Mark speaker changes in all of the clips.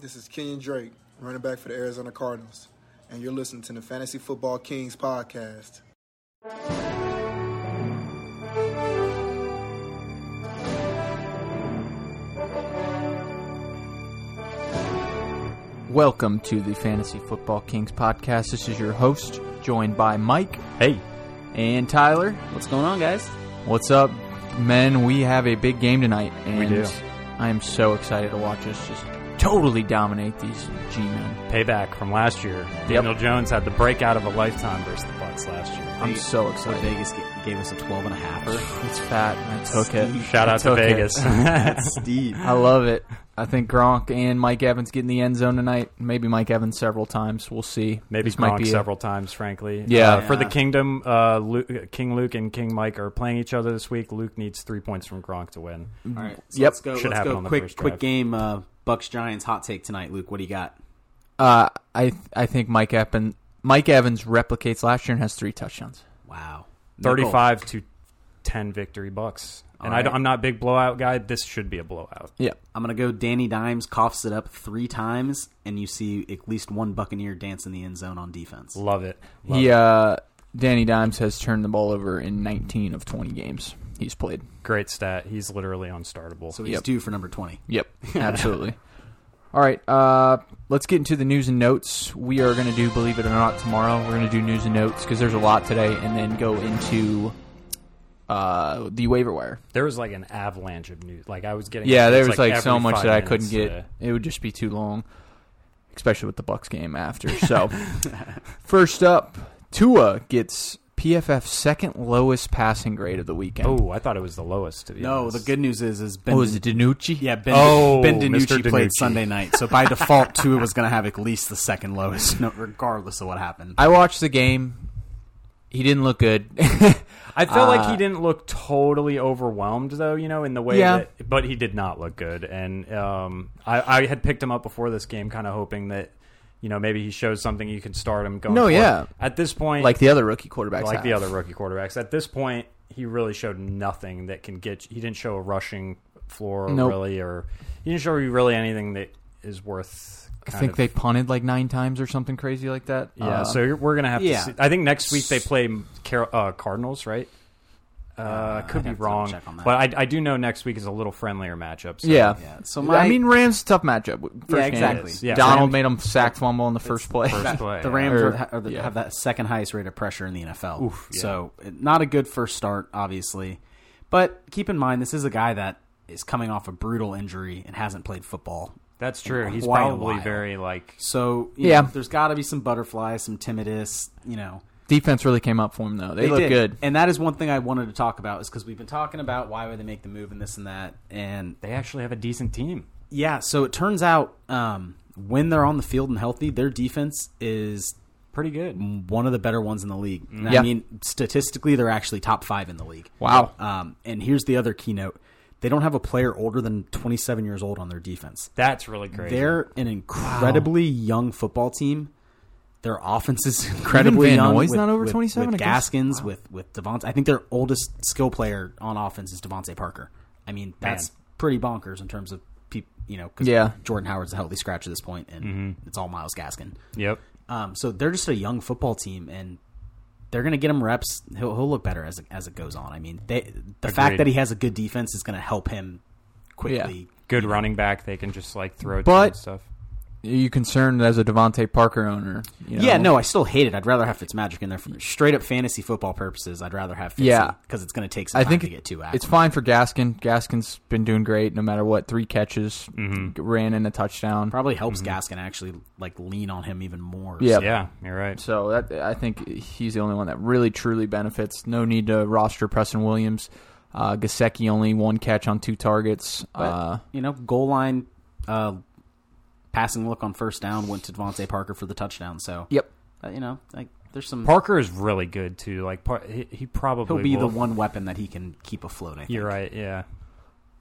Speaker 1: This is Kenyon Drake, running back for the Arizona Cardinals, and you're listening to the Fantasy Football Kings podcast.
Speaker 2: Welcome to the Fantasy Football Kings podcast. This is your host, joined by Mike
Speaker 3: Hey,
Speaker 2: and Tyler.
Speaker 3: what's going on, guys?
Speaker 2: What's up, men? We have a big game tonight, and
Speaker 3: do.
Speaker 2: I am so excited to watch us just totally dominate these G-men.
Speaker 3: Payback from last year. Daniel Jones had the breakout of a lifetime versus the Bucks last year.
Speaker 2: I'm so
Speaker 4: But
Speaker 2: excited.
Speaker 4: Vegas g- gave us a 12 and a half.
Speaker 2: It's fat. and I took it.
Speaker 3: Shout
Speaker 2: I
Speaker 3: out to
Speaker 2: took it.
Speaker 3: Vegas.
Speaker 4: Steve.
Speaker 2: I love it. I think Gronk and Mike Evans get in the end zone tonight. Maybe Mike Evans several times. We'll see.
Speaker 3: Maybe
Speaker 2: This might
Speaker 3: Gronk
Speaker 2: be a-
Speaker 3: several times, frankly.
Speaker 2: Yeah.
Speaker 3: Uh, for the
Speaker 4: Yeah.
Speaker 3: Kingdom, uh, Lu King Luke and King Mike are playing each other this week. Luke needs three points from Gronk to win.
Speaker 4: All right. So
Speaker 2: Yep.
Speaker 4: Let's go,
Speaker 3: Should
Speaker 4: let's
Speaker 3: happen
Speaker 4: go
Speaker 3: on the
Speaker 4: quick,
Speaker 3: first drive.
Speaker 4: quick game. Uh, Bucks Giants hot take tonight, Luke. What do you got?
Speaker 2: Uh, I I think Mike Evans Mike Evans replicates last year and has three touchdowns.
Speaker 4: Wow. Nickel.
Speaker 3: 35 to 10 victory Bucks. And
Speaker 4: All
Speaker 3: I
Speaker 4: right.
Speaker 3: am not a big blowout guy. This should be a blowout.
Speaker 2: Yeah.
Speaker 4: I'm going to go Danny Dimes coughs it up three times, and you see at least one Buccaneer dance in the end zone on defense.
Speaker 3: Love it. Love
Speaker 2: He
Speaker 3: it.
Speaker 2: uh Danny Dimes has turned the ball over in 19 of 20 games he's played.
Speaker 3: Great stat. He's literally unstartable.
Speaker 4: So he's
Speaker 2: Yep.
Speaker 4: due for number 20.
Speaker 2: Yep, absolutely. All right, uh, let's get into the news and notes. We are going to do believe it or not tomorrow. We're going to do news and notes because there's a lot today, and then go into uh, the waiver wire.
Speaker 3: there was like an avalanche of news. Like I was getting
Speaker 2: Yeah, there
Speaker 3: updates,
Speaker 2: was like, so
Speaker 3: every
Speaker 2: much
Speaker 3: five
Speaker 2: that I
Speaker 3: minutes. uh,
Speaker 2: couldn't get.
Speaker 3: Yeah.
Speaker 2: It would just be too long, especially with the Bucks game after. So, first up, Tua gets PFF's second lowest passing grade of the weekend.
Speaker 3: Oh, I thought it was the lowest. To be
Speaker 4: No,
Speaker 3: honest.
Speaker 4: the good news is is Ben.
Speaker 2: what was it, Danucci?
Speaker 4: Yeah, Ben,
Speaker 3: Oh,
Speaker 4: ben
Speaker 3: Mr.
Speaker 4: DiNucci
Speaker 3: DiNucci.
Speaker 4: played Sunday night, so by default, Tua was going to have at least the second lowest, no, regardless of what happened.
Speaker 2: I watched the game. He didn't look good.
Speaker 3: I felt like
Speaker 2: Uh,
Speaker 3: he didn't look totally overwhelmed, though. You know, in the way
Speaker 2: Yeah.
Speaker 3: that, but he did not look good. And um, I, I had picked him up before this game, kind of hoping that, you know, maybe he shows something you could start him going.
Speaker 2: No,
Speaker 3: forward.
Speaker 2: yeah.
Speaker 3: At this point,
Speaker 2: like the other rookie quarterbacks.
Speaker 3: like the
Speaker 2: have.
Speaker 3: other rookie quarterbacks, at this point, he really showed nothing that can get. He didn't show a rushing floor,
Speaker 2: Nope.
Speaker 3: really, or he didn't show you really anything that is worth.
Speaker 2: I
Speaker 3: kind
Speaker 2: think
Speaker 3: of-
Speaker 2: they punted like nine times or something crazy like that.
Speaker 3: Yeah,
Speaker 2: Uh,
Speaker 3: so you're- we're gonna have
Speaker 4: Um, yeah.
Speaker 3: to. See, I think next week they play Car- uh, Cardinals, right? Uh, could
Speaker 4: I'd
Speaker 3: be
Speaker 4: have to
Speaker 3: wrong,
Speaker 4: check on that.
Speaker 3: but I, I do know next week is a little friendlier matchup. So
Speaker 2: yeah.
Speaker 4: Yeah, so my-
Speaker 2: I mean, Rams tough matchup. First game.
Speaker 4: exactly.
Speaker 3: Yeah.
Speaker 2: Donald
Speaker 3: Rams-
Speaker 2: made him sack fumble in the first play.
Speaker 3: first play,
Speaker 4: The
Speaker 3: yeah.
Speaker 4: Rams
Speaker 2: Or-
Speaker 4: are- ha- are the-
Speaker 2: yeah.
Speaker 4: have that second highest rate of pressure in the NFL.
Speaker 3: yeah.
Speaker 4: So it- not a good first start, obviously. But keep in mind, this is a guy that is coming off a brutal injury and hasn't played football.
Speaker 3: that's true. He's
Speaker 4: Quite a
Speaker 3: probably
Speaker 4: while.
Speaker 3: very like
Speaker 4: So you
Speaker 2: Yeah.
Speaker 4: know, there's got to be some butterflies, some timidus. You know,
Speaker 2: Defense really came up for him though. They, look
Speaker 4: did.
Speaker 2: good.
Speaker 4: and that is one thing I wanted to talk about is because we've been talking about why would they make the move and this and that, and
Speaker 3: they actually have a decent team.
Speaker 4: yeah. So it turns out um, when they're on the field and healthy, their defense is
Speaker 3: Pretty good.
Speaker 4: one of the better ones in the league. And
Speaker 2: Yeah.
Speaker 4: I mean, statistically, they're actually top five in the league.
Speaker 2: Wow.
Speaker 4: Um, and here's the other keynote: they don't have a player older than 27 years old on their defense.
Speaker 3: That's really great.
Speaker 4: They're an incredibly young football team. Their offense is incredibly
Speaker 2: Van
Speaker 4: young.
Speaker 2: Noy's
Speaker 4: with-
Speaker 2: not over
Speaker 4: with-
Speaker 2: 27, I
Speaker 4: With
Speaker 2: guess.
Speaker 4: Gaskins, with with Devontae. I think their oldest skill player on offense is Devontae Parker. I mean, that's
Speaker 3: Man.
Speaker 4: pretty bonkers in terms of people. You know, 'cause
Speaker 2: Yeah. Mm-hmm.
Speaker 4: Jordan Howard's a healthy scratch at this point, and it's all Miles Gaskin.
Speaker 3: Yep.
Speaker 4: Um, so they're just a young football team, and they're going to get him reps. He'll, he'll look better as it, as it goes on. I mean, they, the fact that he has a good defense is going to help him quickly.
Speaker 3: Good running back. They can just like throw it
Speaker 2: But-
Speaker 3: and stuff.
Speaker 2: Are you concerned as a Devontae Parker owner? you know?
Speaker 4: Yeah, no, I still hate it. I'd rather have Fitzmagic in there for straight up fantasy football purposes. I'd rather have Fitzy
Speaker 2: Yeah.
Speaker 4: because it's going to take some
Speaker 2: I
Speaker 4: time
Speaker 2: think
Speaker 4: to get too
Speaker 2: It's
Speaker 4: active.
Speaker 2: fine for Gaskin. Gaskin's been doing great no matter what. Three catches, ran in a touchdown.
Speaker 4: Probably helps Gaskin actually like lean on him even more.
Speaker 2: Mm-hmm. Yeah.
Speaker 3: Yeah, you're right.
Speaker 2: So that I think he's the only one that really truly benefits. No need to roster Preston Williams. Uh, Gasecki only one catch on two targets.
Speaker 4: But,
Speaker 2: Uh,
Speaker 4: you know, goal line uh, passing look on first down went to Devontae Parker for the touchdown. So
Speaker 2: yep.
Speaker 4: uh, you know, like there's some
Speaker 3: Parker is really good too. Like par- he, he probably
Speaker 4: he'll be
Speaker 3: will-
Speaker 4: the one weapon that he can keep afloat. I think.
Speaker 3: You're right. Yeah.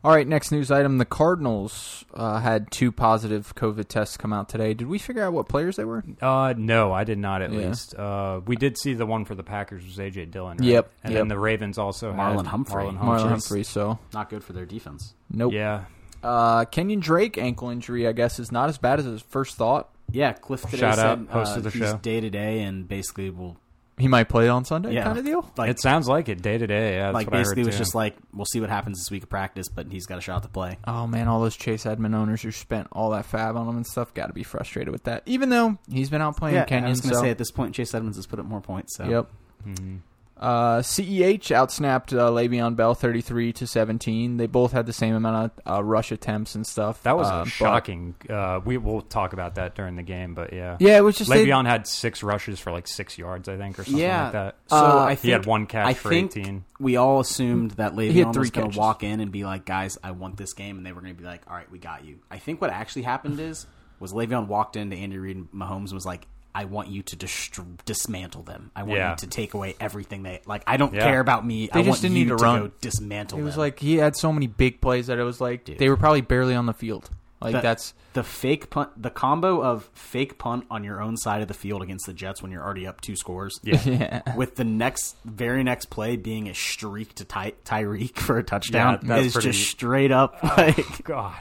Speaker 2: All right. Next news item: the Cardinals uh, had two positive COVID tests come out today. Did we figure out what players they were?
Speaker 3: Uh, no, I did not. At
Speaker 2: Yeah.
Speaker 3: least, uh, we did see the one for the Packers was AJ Dillon. Right?
Speaker 2: Yep,
Speaker 3: and
Speaker 2: yep.
Speaker 3: then the Ravens also
Speaker 4: Marlon
Speaker 3: had
Speaker 4: Humphrey.
Speaker 3: Marlon
Speaker 2: Marlon
Speaker 3: Humphrey.
Speaker 2: Humphrey. So
Speaker 4: Not good for their defense.
Speaker 2: nope.
Speaker 3: Yeah,
Speaker 2: Uh, Kenyon Drake ankle injury, I guess, is not as bad as his first thought.
Speaker 4: Yeah, Cliff today
Speaker 3: Shout
Speaker 4: said
Speaker 3: out, host
Speaker 4: uh,
Speaker 3: of the
Speaker 4: he's
Speaker 3: show.
Speaker 4: day to day and basically will
Speaker 2: He might play on Sunday,
Speaker 4: yeah
Speaker 2: kind of deal.
Speaker 4: Like
Speaker 3: it sounds like it day to day. Yeah, that's
Speaker 4: like
Speaker 3: what I heard
Speaker 4: basically was
Speaker 3: too.
Speaker 4: just like we'll see what happens this week of practice, but he's got a shot to play.
Speaker 2: Oh man, all those Chase Edmond owners who spent all that fab on him and stuff got to be frustrated with that. Even though he's been out playing
Speaker 4: Oh, yeah,
Speaker 2: Kenyon,
Speaker 4: I was going to
Speaker 2: so-
Speaker 4: say at this point, Chase Edmonds has put up more points. So
Speaker 2: Yep.
Speaker 3: Mm-hmm.
Speaker 2: Uh, CEH outsnapped uh, Le'Veon Bell 33 to 17. They both had the same amount of uh, rush attempts and stuff.
Speaker 3: that was
Speaker 2: Uh, but-
Speaker 3: shocking. Uh, we will talk about that during the game, but yeah,
Speaker 2: Yeah, it was just they-
Speaker 3: Le'Veon had six rushes for like six yards, I think, or something
Speaker 4: yeah.
Speaker 3: like that.
Speaker 4: So
Speaker 2: Uh,
Speaker 4: I think
Speaker 3: he had one catch
Speaker 4: I
Speaker 3: for
Speaker 4: think
Speaker 3: 18.
Speaker 4: We all assumed that
Speaker 2: He had
Speaker 4: Le'Veon
Speaker 2: three
Speaker 4: was going
Speaker 2: catches.
Speaker 4: to walk in and be like, "Guys, I want this game," and they were going to be like, "All right, we got you." I think what actually happened is was Le'Veon walked into Andy Reid and Mahomes and was like. I want you to dist- dismantle them. I want
Speaker 3: Yeah.
Speaker 4: you to take away everything they like. I don't
Speaker 3: Yeah.
Speaker 4: care about me. I
Speaker 2: just
Speaker 4: want
Speaker 2: didn't
Speaker 4: you
Speaker 2: need to
Speaker 4: to
Speaker 2: run.
Speaker 4: go dismantle.
Speaker 2: It was
Speaker 4: them.
Speaker 2: like he had so many big plays that it was like they were probably barely on the field. Like
Speaker 4: The-
Speaker 2: that's
Speaker 4: the fake punt, the combo of fake punt on your own side of the field against the Jets when you're already up two scores.
Speaker 3: Yeah.
Speaker 4: With the next, very next play being a streak to Ty- Tyreek for a touchdown
Speaker 3: Yeah, that's
Speaker 4: is
Speaker 3: pretty-
Speaker 4: just straight up like
Speaker 3: God.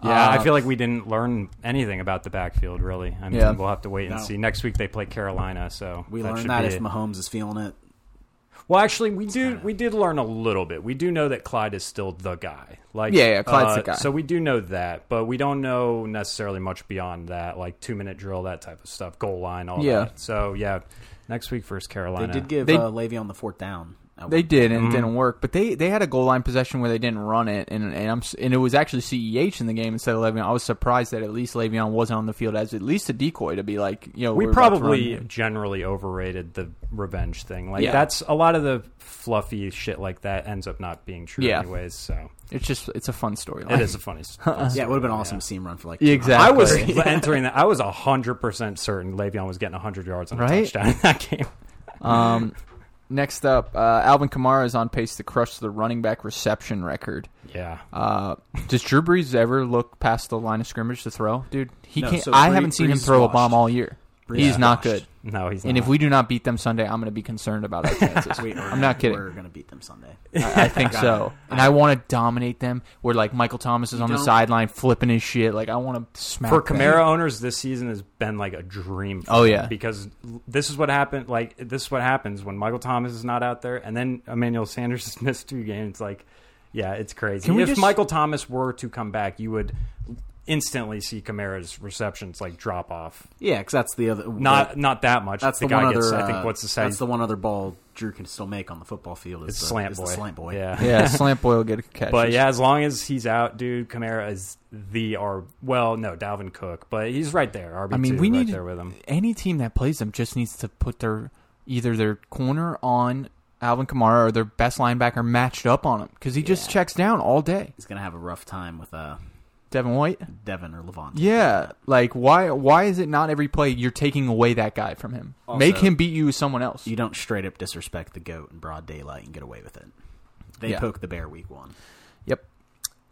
Speaker 3: Yeah,
Speaker 2: Uh,
Speaker 3: I feel like we didn't learn anything about the backfield really. I mean,
Speaker 2: Yeah.
Speaker 3: we'll have to wait and
Speaker 4: No.
Speaker 3: see. Next week they play Carolina, so
Speaker 4: we
Speaker 3: that
Speaker 4: learned
Speaker 3: should
Speaker 4: that
Speaker 3: be
Speaker 4: if
Speaker 3: it.
Speaker 4: Mahomes is feeling it.
Speaker 3: Well, actually, we do we did learn a little bit. We do know that Clyde is still the guy. Like,
Speaker 2: Yeah, yeah, Clyde's
Speaker 3: uh,
Speaker 2: the guy.
Speaker 3: So we do know that, but we don't know necessarily much beyond that, like two minute drill, that type of stuff, goal line, all
Speaker 2: Yeah.
Speaker 3: that. So yeah, next week versus Carolina.
Speaker 4: They did give
Speaker 2: They-
Speaker 4: uh, Le'Veon the fourth down. at
Speaker 2: they
Speaker 4: one-
Speaker 2: did and it didn't work. But they they had a goal line possession where they didn't run it, and and I'm s- and it was actually Ceh in the game instead of Le'Veon. I was surprised that at least Le'Veon wasn't on the field as at least a decoy to be like you know
Speaker 3: we
Speaker 2: we're about to run
Speaker 3: probably
Speaker 2: here.
Speaker 3: generally overrated the revenge thing. Like
Speaker 2: Yeah.
Speaker 3: that's a lot of the fluffy shit like that ends up not being true
Speaker 2: Yeah.
Speaker 3: anyways. So
Speaker 2: it's just it's a fun storyline.
Speaker 3: it is a funny. fun
Speaker 4: Yeah, it
Speaker 3: story,
Speaker 4: would have been awesome to see him run for like.
Speaker 2: Yeah,
Speaker 4: two
Speaker 2: exactly.
Speaker 3: I was
Speaker 2: Yeah.
Speaker 3: entering that. I was hundred percent certain Le'Veon was getting hundred yards on a
Speaker 2: Right?
Speaker 3: touchdown in that game.
Speaker 2: Um, next up, uh, Alvin Kamara is on pace to crush the running back reception record.
Speaker 3: Yeah,
Speaker 2: Uh, does Drew Brees ever look past the line of scrimmage to throw? Dude, he
Speaker 4: No,
Speaker 2: can't.
Speaker 4: so
Speaker 2: I
Speaker 4: Bree-
Speaker 2: haven't seen him
Speaker 4: Brees is
Speaker 2: throw a
Speaker 4: washed.
Speaker 2: bomb all year.
Speaker 4: Brees
Speaker 2: He's
Speaker 4: is
Speaker 2: not
Speaker 4: washed.
Speaker 2: good.
Speaker 3: no, he's not.
Speaker 2: And if we do not beat them Sunday, I'm going to be concerned about our chances.
Speaker 4: We are-
Speaker 2: I'm not kidding.
Speaker 4: We're gonna beat them Sunday.
Speaker 2: I, I think so. And I want to dominate them. Where like Michael Thomas is on the
Speaker 4: don't-
Speaker 2: sideline flipping his shit. Like I want to smack
Speaker 3: for
Speaker 2: them.
Speaker 3: Camaro owners this season has been like a dream. For
Speaker 2: Oh,
Speaker 3: them
Speaker 2: yeah.
Speaker 3: because this is what happened. Like this is what happens when Michael Thomas is not out there, and then Emmanuel Sanders has missed two games. Like, yeah, it's crazy.
Speaker 2: Can we
Speaker 3: if
Speaker 2: just-
Speaker 3: Michael Thomas were to come back, you would instantly see Camara's receptions like drop off.
Speaker 4: Yeah, because that's the other.
Speaker 3: Not not that much.
Speaker 4: that's the,
Speaker 3: guy
Speaker 4: one other.
Speaker 3: gets. I think
Speaker 4: uh,
Speaker 3: what's the
Speaker 4: that's
Speaker 3: size?
Speaker 4: the one other ball Drew can still make on the football field. Is
Speaker 3: It's
Speaker 4: the,
Speaker 3: slant
Speaker 4: is
Speaker 3: boy.
Speaker 4: the slant boy.
Speaker 3: Yeah.
Speaker 2: Yeah, Slant Boy will get a catch.
Speaker 3: But yeah, as long as he's out, dude, Kamara is the R. Well, no, Dalvin Cook, but he's right there. RB2,
Speaker 2: I mean, we
Speaker 3: right
Speaker 2: need-
Speaker 3: there with him.
Speaker 2: any team that plays them just needs to put their either their corner on Alvin Kamara or their best linebacker matched up on him because he just
Speaker 4: Yeah.
Speaker 2: checks down all day.
Speaker 4: He's gonna have a rough time with uh,
Speaker 2: Devin White.
Speaker 4: Devin or Levant.
Speaker 2: Yeah, like why? Why is it not every play you're taking away that guy from him? Make
Speaker 4: Also-
Speaker 2: him beat you with someone else.
Speaker 4: You don't straight up disrespect the goat in broad daylight and get away with it. They
Speaker 2: Yeah.
Speaker 4: poke the bear week one.
Speaker 2: Yep.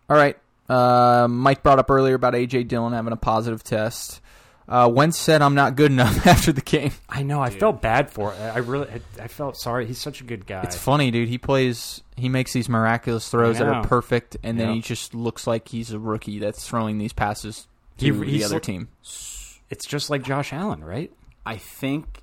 Speaker 2: All right. Uh, Mike brought up earlier about AJ Dillon having a positive test. Uh, Wentz said, "I'm not good enough after the game."
Speaker 3: I know. I felt bad for it. I really, I, I felt sorry. He's such a good guy.
Speaker 2: It's funny, dude. He plays. He makes these miraculous throws that are
Speaker 3: know.
Speaker 2: perfect, and then
Speaker 3: Yeah.
Speaker 2: he just looks like he's a rookie that's throwing these passes
Speaker 3: He-
Speaker 2: to the
Speaker 3: he's
Speaker 2: other
Speaker 3: like-
Speaker 2: team.
Speaker 3: It's just like Josh Allen, right?
Speaker 4: I think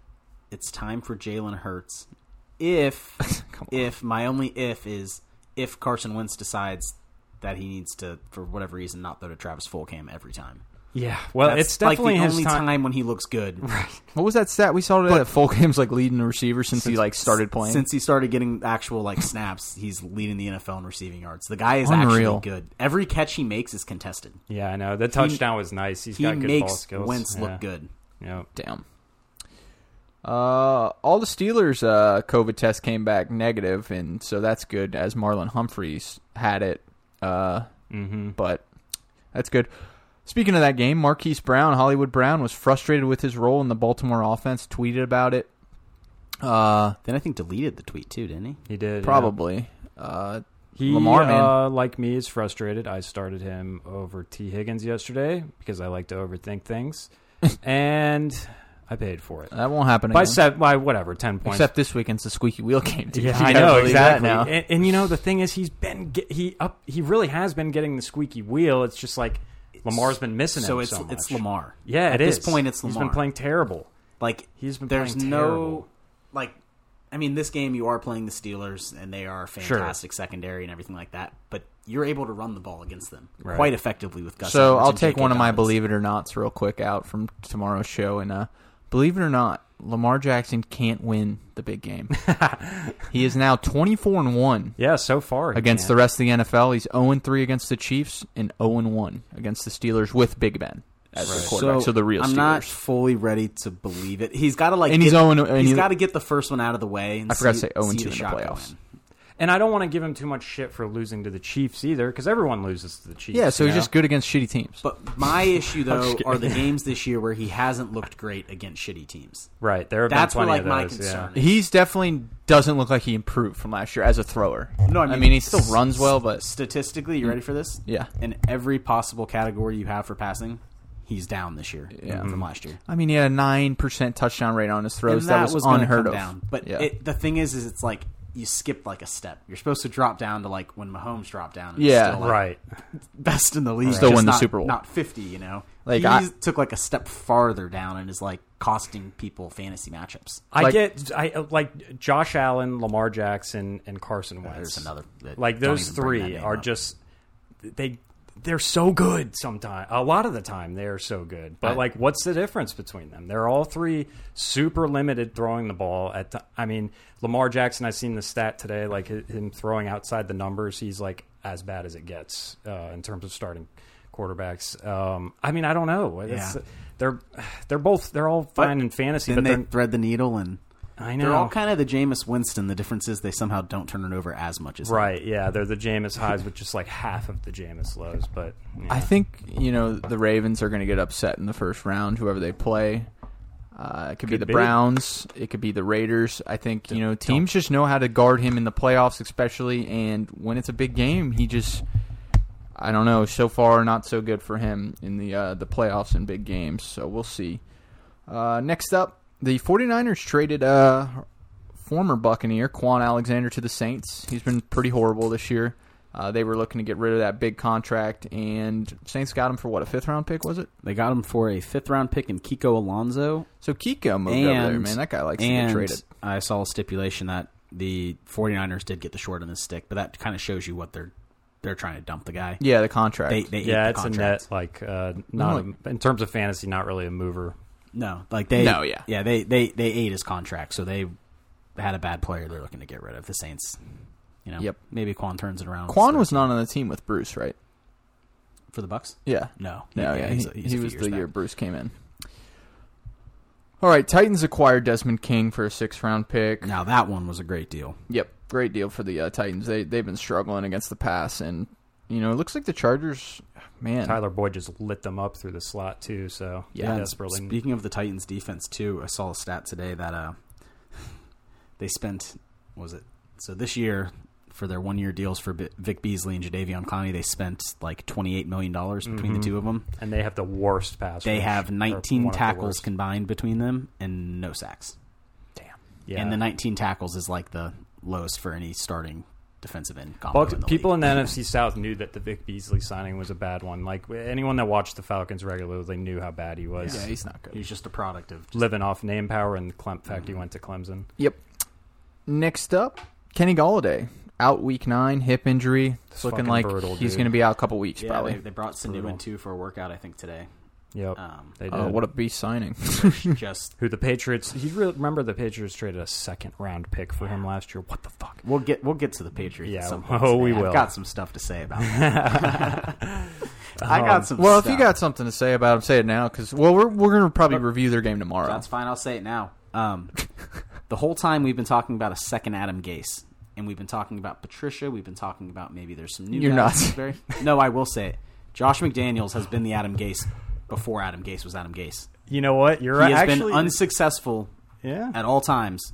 Speaker 4: it's time for Jalen Hurts. If if my only if is if Carson Wentz decides that he needs to for whatever reason not throw to Travis Fulcam every time.
Speaker 3: Yeah. Well,
Speaker 4: That's
Speaker 3: it's definitely
Speaker 4: like the
Speaker 3: his
Speaker 4: only
Speaker 3: time.
Speaker 4: time. when he looks good
Speaker 2: What was that stat we saw today? that Fulcham's like leading the receiver since, he like started playing.
Speaker 4: since he started getting actual like snaps. He's leading the NFL in receiving yards. The guy is
Speaker 2: Unreal.
Speaker 4: actually good. Every catch he makes is contested.
Speaker 3: Yeah, I know. The touchdown was nice. He's
Speaker 4: He
Speaker 3: got good ball
Speaker 4: makes
Speaker 3: skills.
Speaker 4: Wentz
Speaker 3: yeah.
Speaker 4: look good.
Speaker 3: Yeah.
Speaker 2: Damn. Uh, all the Steelers' uh, COVID test came back negative, and so that's good. As Marlon Humphreys had it, uh,
Speaker 3: Mm-hmm.
Speaker 2: but that's good. Speaking of that game, Marquise Brown, Hollywood Brown, was frustrated with his role in the Baltimore offense. Tweeted about it. Uh,
Speaker 4: Then I think deleted the tweet too, didn't he?
Speaker 3: He did. yeah.
Speaker 2: probably. Uh,
Speaker 3: He,
Speaker 2: Lamar, man.
Speaker 3: Uh, like me, is frustrated. I started him over T. Higgins yesterday because I like to overthink things. and I paid for it
Speaker 4: Uh,
Speaker 2: That won't happen
Speaker 3: by
Speaker 2: again.
Speaker 3: seven, by whatever ten points.
Speaker 2: Except this weekend's the squeaky wheel game. Dude.
Speaker 3: yeah,
Speaker 2: You
Speaker 3: I
Speaker 2: gotta
Speaker 3: know
Speaker 2: believe that
Speaker 3: exactly. And, and you know the thing is, he's been get, he up he really has been getting the squeaky wheel. It's just like Lamar's been missing
Speaker 4: So
Speaker 3: him
Speaker 4: it's
Speaker 3: so much.
Speaker 4: it's Lamar.
Speaker 3: Yeah,
Speaker 4: at
Speaker 3: it
Speaker 4: this
Speaker 3: is.
Speaker 4: point, it's Lamar.
Speaker 3: He's been playing terrible.
Speaker 4: Like
Speaker 3: He's been
Speaker 4: there's
Speaker 3: playing
Speaker 4: no
Speaker 3: terrible.
Speaker 4: like. I mean, this game you are playing the Steelers, and they are a fantastic secondary and everything like that. But you're able to run the ball against them
Speaker 3: Right.
Speaker 4: quite effectively with Gus.
Speaker 2: So
Speaker 4: Edwards
Speaker 2: I'll
Speaker 4: and
Speaker 2: take
Speaker 4: J.K.
Speaker 2: one of my
Speaker 4: Dobbins.
Speaker 2: believe it or nots real quick out from tomorrow's show, and uh, believe it or not, Lamar Jackson can't win the big game. he is now twenty four and one
Speaker 3: Yeah, so far he
Speaker 2: against the
Speaker 3: can't.
Speaker 2: rest of the NFL. He's zero and three against the Chiefs and zero and one against the Steelers with Big Ben as the quarterback. So, the real
Speaker 4: I'm
Speaker 2: Steelers.
Speaker 4: not fully ready to believe it. He's got to like
Speaker 2: And he's
Speaker 4: get-
Speaker 2: Owen- and
Speaker 4: he's
Speaker 2: he-
Speaker 4: got to get the first one out of the way. And
Speaker 2: I forgot to
Speaker 4: see-
Speaker 2: say 0 and
Speaker 4: see
Speaker 2: 2 in the
Speaker 4: shot go
Speaker 2: playoffs.
Speaker 4: in.
Speaker 3: and I don't want to give him too much shit for losing to the Chiefs either, because everyone loses to the Chiefs.
Speaker 2: yeah, so
Speaker 3: you
Speaker 2: he's
Speaker 3: know?
Speaker 2: just good against shitty teams.
Speaker 4: But my issue though
Speaker 3: kidding.
Speaker 4: are the games this year where he hasn't looked great against shitty teams.
Speaker 3: right there. Have
Speaker 4: That's
Speaker 3: been
Speaker 4: where
Speaker 3: plenty of
Speaker 4: like my
Speaker 3: those,
Speaker 4: concern.
Speaker 3: Yeah.
Speaker 4: Is.
Speaker 2: He's definitely doesn't look like he improved from last year as a thrower.
Speaker 4: No, I
Speaker 2: I
Speaker 4: mean-
Speaker 2: mean he still runs well, but Mm.
Speaker 4: Statistically, you ready for this?
Speaker 2: Yeah.
Speaker 4: In every possible category you have for passing, he's down this year from last year.
Speaker 2: I mean, he had a nine percent touchdown rate on his
Speaker 4: And
Speaker 2: throws.
Speaker 4: that,
Speaker 2: was,
Speaker 4: was, gonna
Speaker 2: unheard of.
Speaker 4: come Down. But
Speaker 2: yeah,
Speaker 4: it, the thing is, is it's like you skipped like a step. You're supposed to drop down to like when Mahomes dropped down. And
Speaker 2: Yeah.
Speaker 4: still, like,
Speaker 3: Right.
Speaker 4: Best in the league.
Speaker 2: Still
Speaker 4: just
Speaker 2: win the
Speaker 4: not-
Speaker 2: Super Bowl.
Speaker 4: Not 50, you know.
Speaker 2: Like,
Speaker 4: he
Speaker 2: I-
Speaker 4: took like a step farther down and is like costing people fantasy matchups.
Speaker 3: I
Speaker 2: Like-
Speaker 3: get I like Josh Allen, Lamar Jackson, and Carson Wentz.
Speaker 4: There's another. that-
Speaker 3: like
Speaker 4: don't
Speaker 3: those
Speaker 4: even bring that
Speaker 3: three
Speaker 4: name
Speaker 3: are
Speaker 4: up.
Speaker 3: just they they're so good sometimes a lot of the time they're so good but
Speaker 4: I-
Speaker 3: like what's the difference between them they're all three super limited throwing the ball at t I mean lamar jackson i've seen the stat today like hi- him throwing outside the numbers he's like as bad as it gets uh, in terms of starting quarterbacks um, i mean i don't know It's-
Speaker 4: Yeah.
Speaker 3: they're they're both they're all fine in fantasy
Speaker 4: Then
Speaker 3: but
Speaker 4: they
Speaker 3: they,
Speaker 4: thread the needle and.
Speaker 3: i know
Speaker 4: They're all kind of the Jameis Winston. The difference is they somehow don't turn it over as much as him.
Speaker 3: right yeah they're the Jameis highs with just like half of the Jameis lows but yeah.
Speaker 2: I think you know the Ravens are going to get upset in the first round, whoever they play. Uh, it could, be
Speaker 3: Could
Speaker 2: the
Speaker 3: be.
Speaker 2: Browns. It could be the Raiders. I think you know teams just know how to guard him in the playoffs, especially and when it's a big game, he just I don't know. So far, not so good for him in the uh, the playoffs and big games. So we'll see. Uh, next up, the 49ers traded uh, former Buccaneer Quan Alexander to the Saints. He's been pretty horrible this year. Uh, they were looking to get rid of that big contract, and Saints got him for what a fifth round pick was it?
Speaker 4: They got him for a fifth round pick in Kiko Alonso.
Speaker 2: So Kiko moved
Speaker 4: And
Speaker 2: over there, man. That guy likes to get
Speaker 4: and
Speaker 2: traded.
Speaker 4: I saw a stipulation that the 49ers did get the short end of the stick, but that kind of shows you what they're they're trying to dump the guy.
Speaker 2: Yeah, the contract.
Speaker 4: They, they
Speaker 3: yeah,
Speaker 4: ate
Speaker 3: it's
Speaker 4: the contract.
Speaker 3: a net like uh, not
Speaker 2: like-
Speaker 3: a, in terms of fantasy, not really a mover.
Speaker 4: No, like they
Speaker 2: No, yeah.
Speaker 4: yeah they they they ate his contract, so they had a bad player they're looking to get rid of. The Saints, you know,
Speaker 2: Yep.
Speaker 4: Maybe Quan turns it around.
Speaker 2: Quan was not on the team with Bruce, right?
Speaker 4: for the Bucks.
Speaker 2: Yeah.
Speaker 4: No,
Speaker 2: No, yeah,
Speaker 4: he's
Speaker 2: he,
Speaker 4: a- he's
Speaker 2: he
Speaker 4: a few
Speaker 2: was
Speaker 4: years
Speaker 2: the
Speaker 4: back.
Speaker 2: year Bruce came in. All right, Titans acquired Desmond King for a six-round pick.
Speaker 4: Now that one was a great deal.
Speaker 2: Yep, great deal for the uh, Titans. They they've been struggling against the pass, and you know it looks like the Chargers. Man,
Speaker 3: Tyler Boyd just lit them up through the slot too, so
Speaker 2: Yeah,
Speaker 3: yeah,
Speaker 4: and
Speaker 3: desperately.
Speaker 4: Speaking of the Titans defense too, I saw a stat today that uh they spent what was it so this year for their one year deals for B- Vic Beasley and Jadavion Clowney, they spent like twenty eight million dollars between the two of them.
Speaker 3: and they have the worst pass.
Speaker 4: They
Speaker 3: rush,
Speaker 4: have
Speaker 3: Mm-hmm. or
Speaker 4: nineteen
Speaker 3: one of the
Speaker 4: tackles
Speaker 3: worst.
Speaker 4: combined between them and no sacks.
Speaker 3: yeah.
Speaker 4: And the nineteen tackles is like the lowest for any starting defensive end. combo
Speaker 3: Bucks-
Speaker 4: in the
Speaker 3: people
Speaker 4: league.
Speaker 3: in the NFC South knew that the Vic Beasley signing was a bad one. Like anyone that watched the Falcons regularly knew how bad he was.
Speaker 2: yeah, he's not good.
Speaker 4: he's just a product of just
Speaker 3: Living off name power and the Clem- fact
Speaker 4: Mm-hmm.
Speaker 3: he went to Clemson.
Speaker 2: Yep. Next up, Kenny Galladay out week nine, hip injury. It's
Speaker 3: This
Speaker 2: looking
Speaker 3: fucking
Speaker 2: like
Speaker 3: brutal,
Speaker 2: he's
Speaker 3: dude.
Speaker 2: going to be out a couple weeks
Speaker 4: yeah,
Speaker 2: probably.
Speaker 4: they, they brought Sanu
Speaker 3: Brutal.
Speaker 4: in too for a workout, I think today.
Speaker 3: Yep,
Speaker 4: Um,
Speaker 3: they did.
Speaker 2: uh, what a beast signing!
Speaker 4: just
Speaker 3: Who the Patriots? You re- remember the Patriots traded a second round pick for him last year? What the fuck?
Speaker 4: We'll get we'll get to the Patriots.
Speaker 3: Yeah,
Speaker 4: at some point
Speaker 3: oh,
Speaker 4: today.
Speaker 3: we
Speaker 4: I've
Speaker 3: will.
Speaker 4: got some stuff to say about. That. I got some.
Speaker 2: well, if
Speaker 4: stuff.
Speaker 2: you got something to say about him, say it now. Because well, we're we're going to probably review their game tomorrow.
Speaker 4: that's fine. I'll say it now. Um, the whole time we've been talking about a second Adam Gase, and we've been talking about Patricia. We've been talking about maybe there's some new.
Speaker 2: You're
Speaker 4: guys.
Speaker 2: not.
Speaker 4: Very- no, I will say it. Josh McDaniels has been the Adam Gase before Adam Gase was Adam Gase.
Speaker 3: You know what? You're
Speaker 4: He has
Speaker 3: actually
Speaker 4: been unsuccessful
Speaker 3: yeah.
Speaker 4: at all times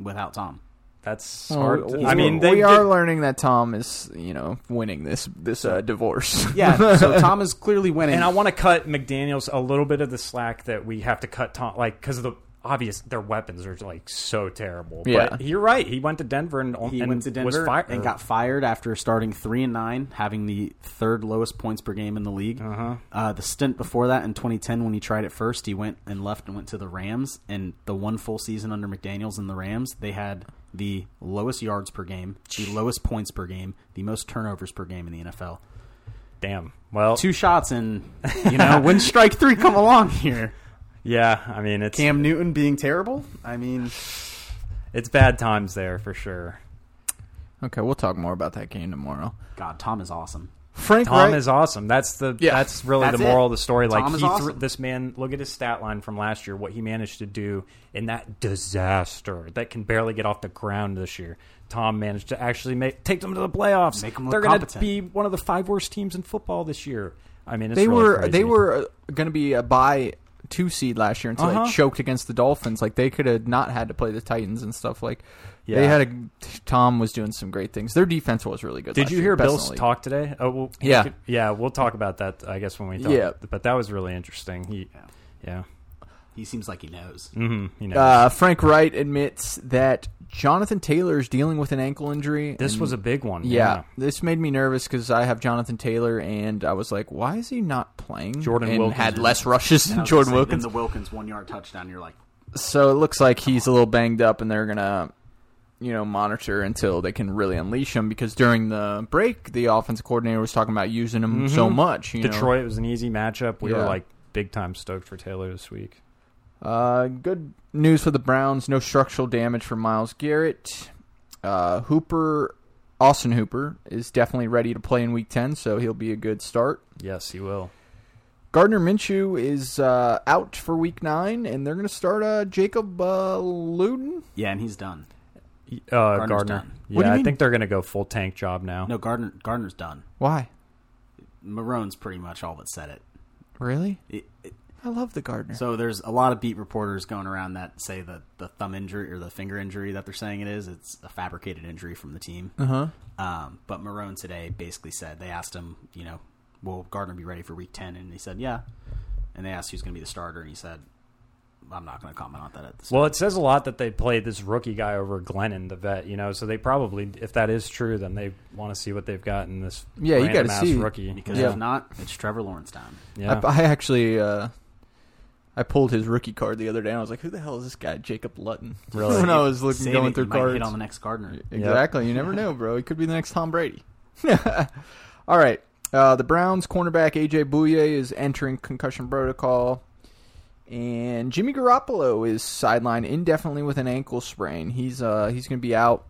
Speaker 4: without Tom.
Speaker 3: that's
Speaker 4: Oh,
Speaker 2: Well,
Speaker 3: hard. To,
Speaker 2: we-
Speaker 3: I mean, they
Speaker 2: we
Speaker 3: did-
Speaker 2: are learning that Tom is, you know, winning this this uh, divorce.
Speaker 4: Yeah, so Tom is clearly winning.
Speaker 3: And I want to cut McDaniel's a little bit of the slack that we have to cut Tom, like because of the obvious their weapons are like so terrible.
Speaker 2: Yeah.
Speaker 3: but you're right. He went to Denver and
Speaker 4: he
Speaker 3: and
Speaker 4: went to
Speaker 3: was
Speaker 4: Denver
Speaker 3: fired
Speaker 4: and uh, got fired after starting three and nine, having the third lowest points per game in the league. Uh-huh. the stint before that in 2010, when he tried it first, he went and left and went to the Rams. And the one full season under McDaniel's and the Rams, they had the lowest yards per game, the lowest points per game, the most turnovers per game in the NFL.
Speaker 3: Damn. Well,
Speaker 4: Two shots and you know when strike three come along here.
Speaker 3: yeah. I mean, it's
Speaker 4: Cam Newton being terrible. I mean,
Speaker 3: it's bad times there for sure.
Speaker 2: Okay, we'll talk more about that game tomorrow.
Speaker 4: God, Tom is awesome.
Speaker 2: Frank
Speaker 3: Tom
Speaker 2: Reich-
Speaker 3: is awesome. That's the
Speaker 2: Yeah.
Speaker 3: that's really
Speaker 4: That's
Speaker 3: the moral
Speaker 4: it.
Speaker 3: of the story. Like
Speaker 4: Tom
Speaker 3: he
Speaker 4: is
Speaker 3: threw
Speaker 4: awesome.
Speaker 3: this man. Look at his stat line from last year. What he managed to do in that disaster that can barely get off the ground this year. Tom managed to actually make take them to the playoffs.
Speaker 4: Make 'em look
Speaker 3: They're gonna
Speaker 4: competent.
Speaker 3: be one of the five worst teams in football this year. I mean, it's
Speaker 2: they
Speaker 3: really
Speaker 2: were
Speaker 3: crazy.
Speaker 2: they were going to be a buy two seed last year until
Speaker 3: Uh-huh.
Speaker 2: they choked against the Dolphins. Like they could have not had to play the Titans and stuff. Like they
Speaker 3: Yeah.
Speaker 2: had a Tom was doing some great things. Their defense was really good.
Speaker 3: Did
Speaker 2: last
Speaker 3: you
Speaker 2: year,
Speaker 3: hear
Speaker 2: best in
Speaker 3: Bill's
Speaker 2: the league.
Speaker 3: talk today? Oh, well, we
Speaker 2: Yeah.
Speaker 3: could- yeah. We'll talk about that, I guess, when we talk.
Speaker 2: Yeah.
Speaker 3: but that was really interesting. He,
Speaker 4: Yeah.
Speaker 3: yeah,
Speaker 4: He seems like he knows.
Speaker 3: hmm you know,
Speaker 2: Uh, Frank Wright admits that Jonathan Taylor is dealing with an ankle injury.
Speaker 3: this
Speaker 2: and-
Speaker 3: was a big one.
Speaker 2: yeah, This made me nervous because I have Jonathan Taylor, and I was like, why is he not playing?
Speaker 3: Jordan
Speaker 2: and
Speaker 3: Wilkins
Speaker 2: had
Speaker 3: is-
Speaker 2: less rushes
Speaker 4: And I
Speaker 2: than
Speaker 4: was gonna
Speaker 2: Jordan
Speaker 4: say,
Speaker 2: Wilkins.
Speaker 4: Then the Wilkins one yard touchdown. You're like,
Speaker 2: So it looks like he's a little banged up, and they're gonna, you know, monitor until they can really unleash him. Because during the break, the offensive coordinator was talking about using him so much. You know.
Speaker 3: Mm-hmm. Detroit was an easy matchup. We were
Speaker 2: Yeah.
Speaker 3: like big time stoked for Taylor this week.
Speaker 2: Uh, good news for the Browns: no structural damage for Miles Garrett. Uh, Hooper, Austin Hooper is definitely ready to play in Week Ten, so he'll be a good start.
Speaker 3: Yes, he will.
Speaker 2: Gardner Minshew is uh, out for Week Nine, and they're going to start uh, Jacob uh, Luden.
Speaker 4: yeah, and he's done.
Speaker 3: Y- Uh,
Speaker 4: Gardner's
Speaker 3: Gardner.
Speaker 4: done.
Speaker 3: Yeah,
Speaker 2: What do you
Speaker 3: I
Speaker 2: mean?
Speaker 3: think they're going to go full tank job now.
Speaker 4: No, Gardner Gardner's done.
Speaker 2: Why?
Speaker 4: Marone's pretty much all but said it.
Speaker 2: Really?
Speaker 4: It- it-
Speaker 2: I love the Gardner.
Speaker 4: So there's a lot of beat reporters going around that say that the thumb injury or the finger injury that they're saying it is, it's a fabricated injury from the team.
Speaker 2: uh huh.
Speaker 4: Um, but Marone today basically said they asked him, you know, will Gardner be ready for Week Ten? And he said, yeah. And they asked who's going to be the starter, and he said, I'm not going to comment on that at this.
Speaker 3: Well, it says a lot that they played this rookie guy over Glennon, the vet. You know, so they probably, if that is true, then they want to see what they've got in this.
Speaker 2: Yeah, you gotta
Speaker 3: random-ass
Speaker 2: see.
Speaker 3: rookie
Speaker 4: because
Speaker 2: Yeah.
Speaker 4: if not, it's Trevor Lawrence time.
Speaker 3: Yeah.
Speaker 2: I, I actually uh, I pulled his rookie card the other day, and I was like, "Who the hell is this guy, Jacob Lutton?"
Speaker 3: Really?
Speaker 2: when I was looking
Speaker 4: Save
Speaker 2: going
Speaker 4: it, you
Speaker 2: through
Speaker 4: might
Speaker 2: cards,
Speaker 4: hit on the next Gardner.
Speaker 2: exactly. You never know, bro. He could be the next Tom Brady. All right, uh, the Browns cornerback AJ Bouye is entering concussion protocol, and Jimmy Garoppolo is sidelined indefinitely with an ankle sprain. He's uh, he's going to be out.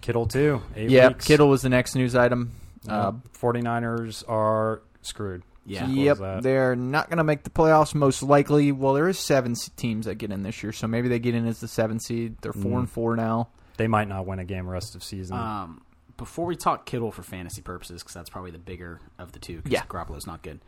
Speaker 3: Kittle too. Eight
Speaker 2: Yeah,
Speaker 3: weeks.
Speaker 2: Kittle was the next news item.
Speaker 3: Uh,
Speaker 2: Uh,
Speaker 3: 49ers are screwed.
Speaker 4: Yeah.
Speaker 3: Simple as that.
Speaker 2: Yep, they're not going to make the playoffs most likely. Well, there is seven s- teams that get in this year, so maybe they get in as the seven seed. They're
Speaker 3: Mm.
Speaker 2: four and four now.
Speaker 3: They might not win a game rest of season.
Speaker 2: Uh.
Speaker 4: Um, before we talk Kittle for fantasy purposes, because that's probably the bigger of the two. 'cause
Speaker 2: Yeah.
Speaker 4: Garoppolo's not good.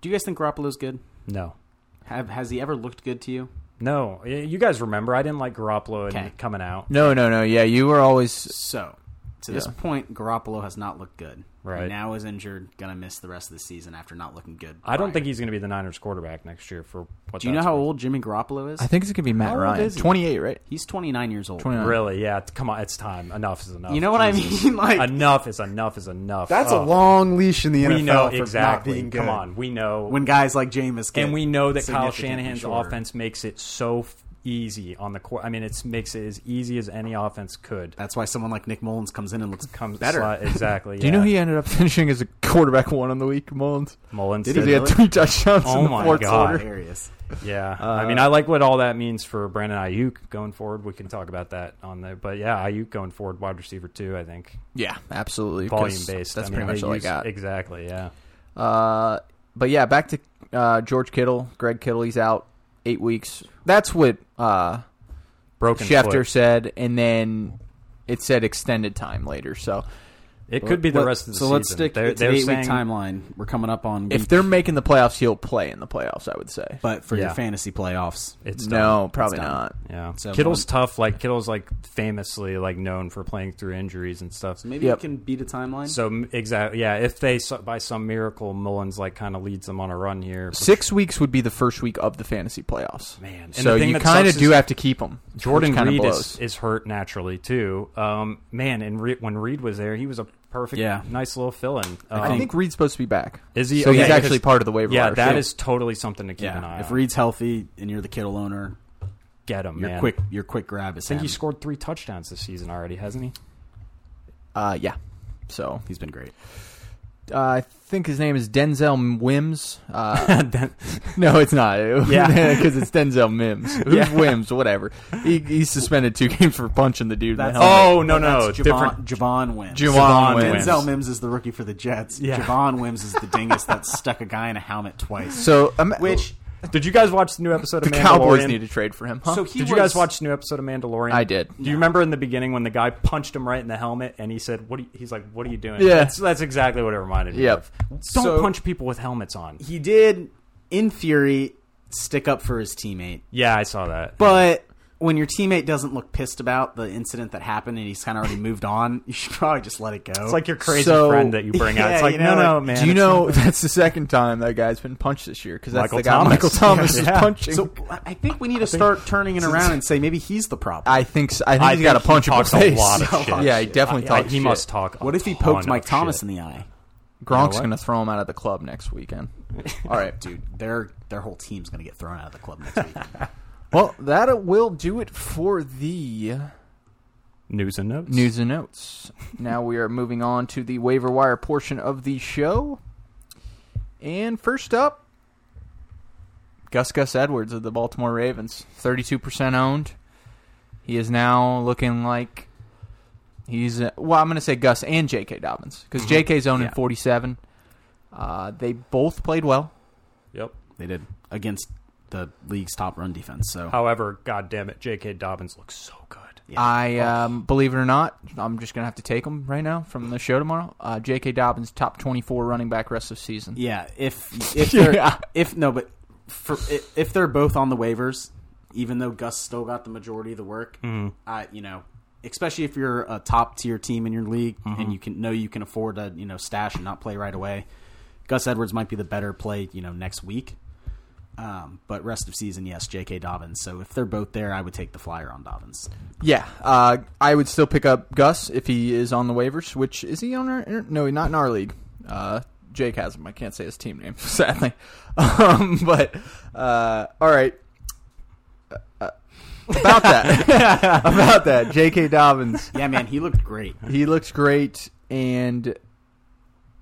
Speaker 4: Do you guys think Garoppolo's good?
Speaker 3: no.
Speaker 4: Have has he ever looked good to you?
Speaker 3: No. Y- You guys remember, I didn't like Garoppolo
Speaker 4: Okay.
Speaker 3: and coming out.
Speaker 2: No, no, no. Yeah, you were always
Speaker 4: So, to this
Speaker 2: Yeah.
Speaker 4: point, Garoppolo has not looked good.
Speaker 3: Right.
Speaker 4: He now is injured, gonna miss the rest of the season after not looking good.
Speaker 3: I don't
Speaker 4: prior.
Speaker 3: think he's going to be the Niners quarterback next year for what
Speaker 4: Do you know
Speaker 3: that's
Speaker 4: how
Speaker 3: worth.
Speaker 4: old Jimmy Garoppolo is?
Speaker 2: I think it's going to be Matt
Speaker 3: How old
Speaker 2: Ryan.
Speaker 3: is he?
Speaker 2: 28, right?
Speaker 4: he's 29 years old.
Speaker 2: 29.
Speaker 3: Really? Yeah. t- Come on. It's time. Enough is enough.
Speaker 4: You know what
Speaker 3: Oh, Jesus.
Speaker 4: I mean? Like
Speaker 3: Enough is enough is enough.
Speaker 5: That's a
Speaker 3: Oh,
Speaker 5: long leash in the NFL
Speaker 3: We know
Speaker 5: for
Speaker 3: exactly.
Speaker 5: not being good.
Speaker 3: Come on. We know.
Speaker 4: when guys like Jameis get
Speaker 3: and we know that Kyle
Speaker 4: significantly
Speaker 3: Shanahan's
Speaker 4: shorter.
Speaker 3: offense makes it so f- easy on the court. I mean, it makes it as easy as any offense could.
Speaker 4: That's why someone like Nick Mullins comes in and looks
Speaker 3: Comes
Speaker 4: better.
Speaker 3: sli- exactly.
Speaker 2: Do you know he ended up finishing as a quarterback one on the week, Mullins?
Speaker 3: Mullins
Speaker 2: Because he had three touchdowns
Speaker 3: Oh
Speaker 2: in the
Speaker 3: my
Speaker 2: fourth
Speaker 3: God.
Speaker 2: quarter.
Speaker 4: Hilarious.
Speaker 3: Yeah, I
Speaker 4: Uh,
Speaker 3: mean, I like what all that means for Brandon Ayuk going forward. We can talk about that on there, but yeah, Ayuk going forward, wide receiver too. I think
Speaker 2: Yeah, absolutely. 'cause
Speaker 3: volume based.
Speaker 2: That's
Speaker 3: I mean,
Speaker 2: pretty much
Speaker 3: they
Speaker 2: all I
Speaker 3: use-
Speaker 2: got.
Speaker 3: Exactly. Yeah.
Speaker 2: Uh, but yeah, back to uh, George Kittle, Greg Kittle. He's out eight weeks. That's what uh,
Speaker 3: Broken
Speaker 2: Schefter
Speaker 3: foot.
Speaker 2: said, and then it said extended time later. So
Speaker 3: It could be the
Speaker 4: Let-
Speaker 3: rest of the
Speaker 4: so
Speaker 3: season.
Speaker 4: let's stick
Speaker 3: They're-
Speaker 4: to the
Speaker 3: they're
Speaker 4: eight
Speaker 3: saying-
Speaker 4: week timeline. We're coming up
Speaker 2: If
Speaker 4: on week-
Speaker 3: Mm-hmm.
Speaker 2: they're making the playoffs, he'll play in the playoffs. I would say.
Speaker 4: but for your
Speaker 3: Yeah.
Speaker 4: fantasy playoffs,
Speaker 3: It's done.
Speaker 2: no, probably
Speaker 4: It's done.
Speaker 2: not.
Speaker 3: Yeah,
Speaker 4: So
Speaker 3: Kittle's
Speaker 4: one-
Speaker 3: tough. Like Kittle's like famously like known for playing through injuries and stuff.
Speaker 4: maybe
Speaker 2: Yep.
Speaker 4: you can beat a timeline.
Speaker 3: So m- exactly, yeah. If they so- by some miracle Mullins like kind of leads them on a run here,
Speaker 2: Six weeks would be the first week of the fantasy playoffs.
Speaker 3: Man, and
Speaker 2: so
Speaker 3: the thing
Speaker 2: you
Speaker 3: that
Speaker 2: kind of
Speaker 3: sucks
Speaker 2: do
Speaker 3: is-
Speaker 2: have to keep him.
Speaker 3: Jordan
Speaker 2: kind of
Speaker 3: Reed
Speaker 2: blows.
Speaker 3: is, is hurt naturally too. Um, man, and Re- when Reed was there, he was a perfect,
Speaker 4: Yeah.
Speaker 3: nice little fill-in. Um,
Speaker 2: I think Reed's supposed to be back.
Speaker 3: Is he?
Speaker 2: So
Speaker 3: Okay,
Speaker 2: he's actually
Speaker 3: because-
Speaker 2: part of the waiver.
Speaker 3: Yeah,
Speaker 2: wire,
Speaker 3: that
Speaker 2: too.
Speaker 3: is totally something to keep an
Speaker 4: yeah,
Speaker 3: eye
Speaker 4: if
Speaker 3: on.
Speaker 4: Reed's healthy and you're the Kittle owner,
Speaker 3: Get him,
Speaker 4: your
Speaker 3: man.
Speaker 4: quick your quick grab is
Speaker 3: I think
Speaker 4: him.
Speaker 3: he scored three touchdowns this season already, hasn't he?
Speaker 2: Uh, yeah. So
Speaker 4: He's been great.
Speaker 2: uh, I think his name is Denzel Wims. Uh,
Speaker 3: Den-
Speaker 2: No, it's not. Yeah,
Speaker 3: Yeah.
Speaker 2: because it's Denzel Mims. Who's Wims? Whatever. He, he's suspended two games for punching the dude. in
Speaker 4: That's-
Speaker 2: the helmet.
Speaker 3: oh no, no,
Speaker 4: That's
Speaker 3: different.
Speaker 4: Javon, Javon Wims.
Speaker 2: Javon
Speaker 3: Javon
Speaker 2: Wims.
Speaker 4: Denzel Mims is the rookie for the Jets.
Speaker 3: Yeah.
Speaker 4: Javon Wims is the dingus that stuck a guy in a helmet twice.
Speaker 2: So, um,
Speaker 4: Which
Speaker 3: Did you guys watch the new episode
Speaker 2: the
Speaker 3: of Mandalorian?
Speaker 2: Cowboys need to trade for him? Huh?
Speaker 4: so he
Speaker 3: Did
Speaker 4: was,
Speaker 3: you guys watch the new episode of Mandalorian?
Speaker 2: I did.
Speaker 3: Do you remember in the beginning when the guy punched him right in the helmet and he said, "What?" Are you, he's like, "What are you doing?"
Speaker 2: Yeah.
Speaker 3: that's, that's exactly what it reminded me
Speaker 2: Yep.
Speaker 3: of. Don't
Speaker 4: So-
Speaker 3: punch people with helmets on.
Speaker 4: He did in fury stick up for his teammate,
Speaker 3: Yeah, I saw that.
Speaker 4: but. When your teammate doesn't look pissed about the incident that happened and he's kind of already moved on, you should probably just let it go.
Speaker 3: It's like your crazy
Speaker 2: So-
Speaker 3: friend that you bring out.
Speaker 4: Yeah,
Speaker 3: It's like,
Speaker 4: you know,
Speaker 3: no, no,
Speaker 4: like,
Speaker 3: man.
Speaker 2: Do you
Speaker 3: it's
Speaker 2: know
Speaker 3: not-
Speaker 2: that's the second time that guy's been punched this year? Because that's
Speaker 3: Michael
Speaker 2: the guy
Speaker 3: Thomas.
Speaker 2: Michael Thomas
Speaker 3: Yeah,
Speaker 2: is
Speaker 3: yeah.
Speaker 2: punching.
Speaker 4: So I think we need to start turning it around and say maybe he's the problem.
Speaker 2: I think so. I think
Speaker 3: I
Speaker 2: he's got a
Speaker 3: think he
Speaker 2: punch
Speaker 3: talks
Speaker 2: in
Speaker 3: a
Speaker 2: the face.
Speaker 3: lot of shit.
Speaker 2: Yeah, he definitely
Speaker 3: I-
Speaker 2: talks.
Speaker 3: he
Speaker 2: shit.
Speaker 3: must talk. a
Speaker 4: what if he poked
Speaker 3: ton
Speaker 4: Mike
Speaker 3: of
Speaker 4: Thomas
Speaker 3: Oh, shit.
Speaker 4: in the eye?
Speaker 2: Gronk's
Speaker 3: what?
Speaker 2: going to throw him out of the club next weekend. All right.
Speaker 4: Dude, their their whole team's going to get thrown out of the club next week.
Speaker 2: Well, that will do it for the
Speaker 3: news and notes?
Speaker 2: News and notes. now we are moving on to the waiver wire portion of the show. And first up, Gus Gus Edwards of the Baltimore Ravens, 32% owned. He is now looking like he's uh, well, I'm going to say Gus and J.K. Dobbins because J.K.'s owning
Speaker 3: Yeah.
Speaker 2: 47. Uh, they both played well.
Speaker 3: Yep.
Speaker 4: they did against the league's top run defense. So
Speaker 3: However, God damn it, J.K. Dobbins looks so good.
Speaker 4: Yeah.
Speaker 2: I um, believe it or not, I'm just going to have to take him right now from the show tomorrow. Uh, J.K. Dobbins, top 24 running back rest of season.
Speaker 4: yeah, if if they're,
Speaker 2: Yeah.
Speaker 4: if no, but for i- if they're both on the waivers, even though Gus still got the majority of the work, I you know, especially if you're a top tier team in your league and you can know you can afford to you know stash and not play right away, Gus Edwards might be the better play you know next week. Um, but rest of season, yes, J.K. Dobbins. So if they're both there, I would take the flyer on Dobbins.
Speaker 2: Yeah, uh, I would still pick up Gus if he is on the waivers. Which is he on? Our, er, no, not in our league. Uh, Jake has him. I can't say his team name, sadly. Um, but uh, all right. Uh, about that, about that, J.K. Dobbins.
Speaker 4: Yeah, man, he looked great.
Speaker 2: He looks great, and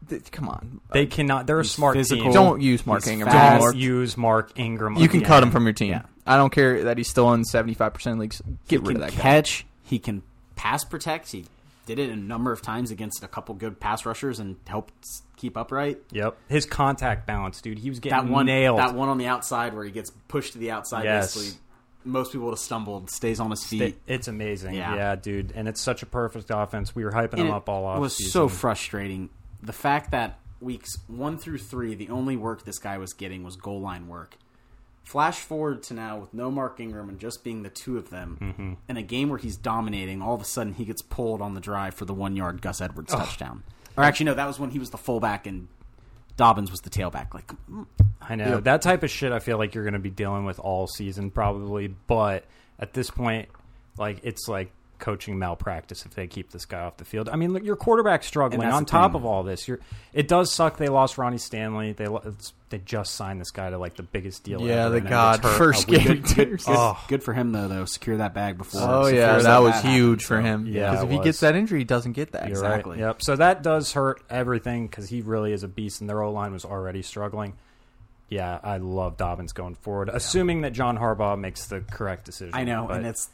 Speaker 2: th- come on,
Speaker 3: They cannot. They're a smart
Speaker 4: physical.
Speaker 3: team.
Speaker 2: don't use Mark
Speaker 4: He's
Speaker 2: Ingram.
Speaker 4: fast.
Speaker 2: anymore.
Speaker 3: Don't use Mark Ingram.
Speaker 2: You can
Speaker 3: again.
Speaker 2: cut him from your team.
Speaker 4: Yeah.
Speaker 2: I don't care that he's still on seventy-five percent leagues. Get
Speaker 4: He
Speaker 2: rid of
Speaker 4: can
Speaker 2: that guy.
Speaker 4: catch. He can pass protect. He did it a number of times against a couple good pass rushers and helped s- keep upright.
Speaker 3: Yep. His contact balance, dude. He was getting
Speaker 4: That one
Speaker 3: nailed.
Speaker 4: That one on the outside where he gets pushed to the outside.
Speaker 3: Yes.
Speaker 4: Basically, most people would have stumbled. Stays on his feet.
Speaker 3: It- it's amazing.
Speaker 4: Yeah.
Speaker 3: Yeah. dude. And it's such a perfect offense. We were hyping
Speaker 4: And
Speaker 3: him up all off.
Speaker 4: It was so frustrating. The fact that weeks one through three, the only work this guy was getting was goal line work. Flash forward to now with no Mark Ingram and just being the two of them
Speaker 3: Mm-hmm.
Speaker 4: in a game where he's dominating, all of a sudden he gets pulled on the drive for the one yard Gus Edwards touchdown. Or actually, no, that was when he was the fullback and Dobbins was the tailback. Like,
Speaker 3: I know that type of shit. I feel like you're going to be dealing with all season probably, but at this point, like it's like coaching malpractice if they keep this guy off the field. I mean, look, your quarterback's struggling.
Speaker 4: that's
Speaker 3: On
Speaker 4: the
Speaker 3: top
Speaker 4: thing.
Speaker 3: of all this, you're, it does suck. They lost Ronnie Stanley. They lo- it's, they just signed this guy to like the biggest deal.
Speaker 2: Yeah,
Speaker 3: ever,
Speaker 2: the
Speaker 3: and then
Speaker 2: god
Speaker 3: gets hurt
Speaker 2: first
Speaker 3: a week.
Speaker 2: game.
Speaker 4: Oh, good,
Speaker 3: Oh.
Speaker 4: good for him though. Though secure that bag before.
Speaker 2: Oh
Speaker 4: secure
Speaker 2: yeah, that was
Speaker 4: bag.
Speaker 2: huge for him.
Speaker 3: Yeah,
Speaker 2: because
Speaker 3: it
Speaker 2: if he
Speaker 3: was.
Speaker 2: gets that injury, he doesn't get that.
Speaker 3: You're right.
Speaker 4: Exactly.
Speaker 3: Yep. So that does hurt everything because he really is a beast, and their O line was already struggling. Yeah, I love Dobbins going forward, assuming that John Harbaugh makes the correct decision.
Speaker 4: I know,
Speaker 3: but-
Speaker 4: and it's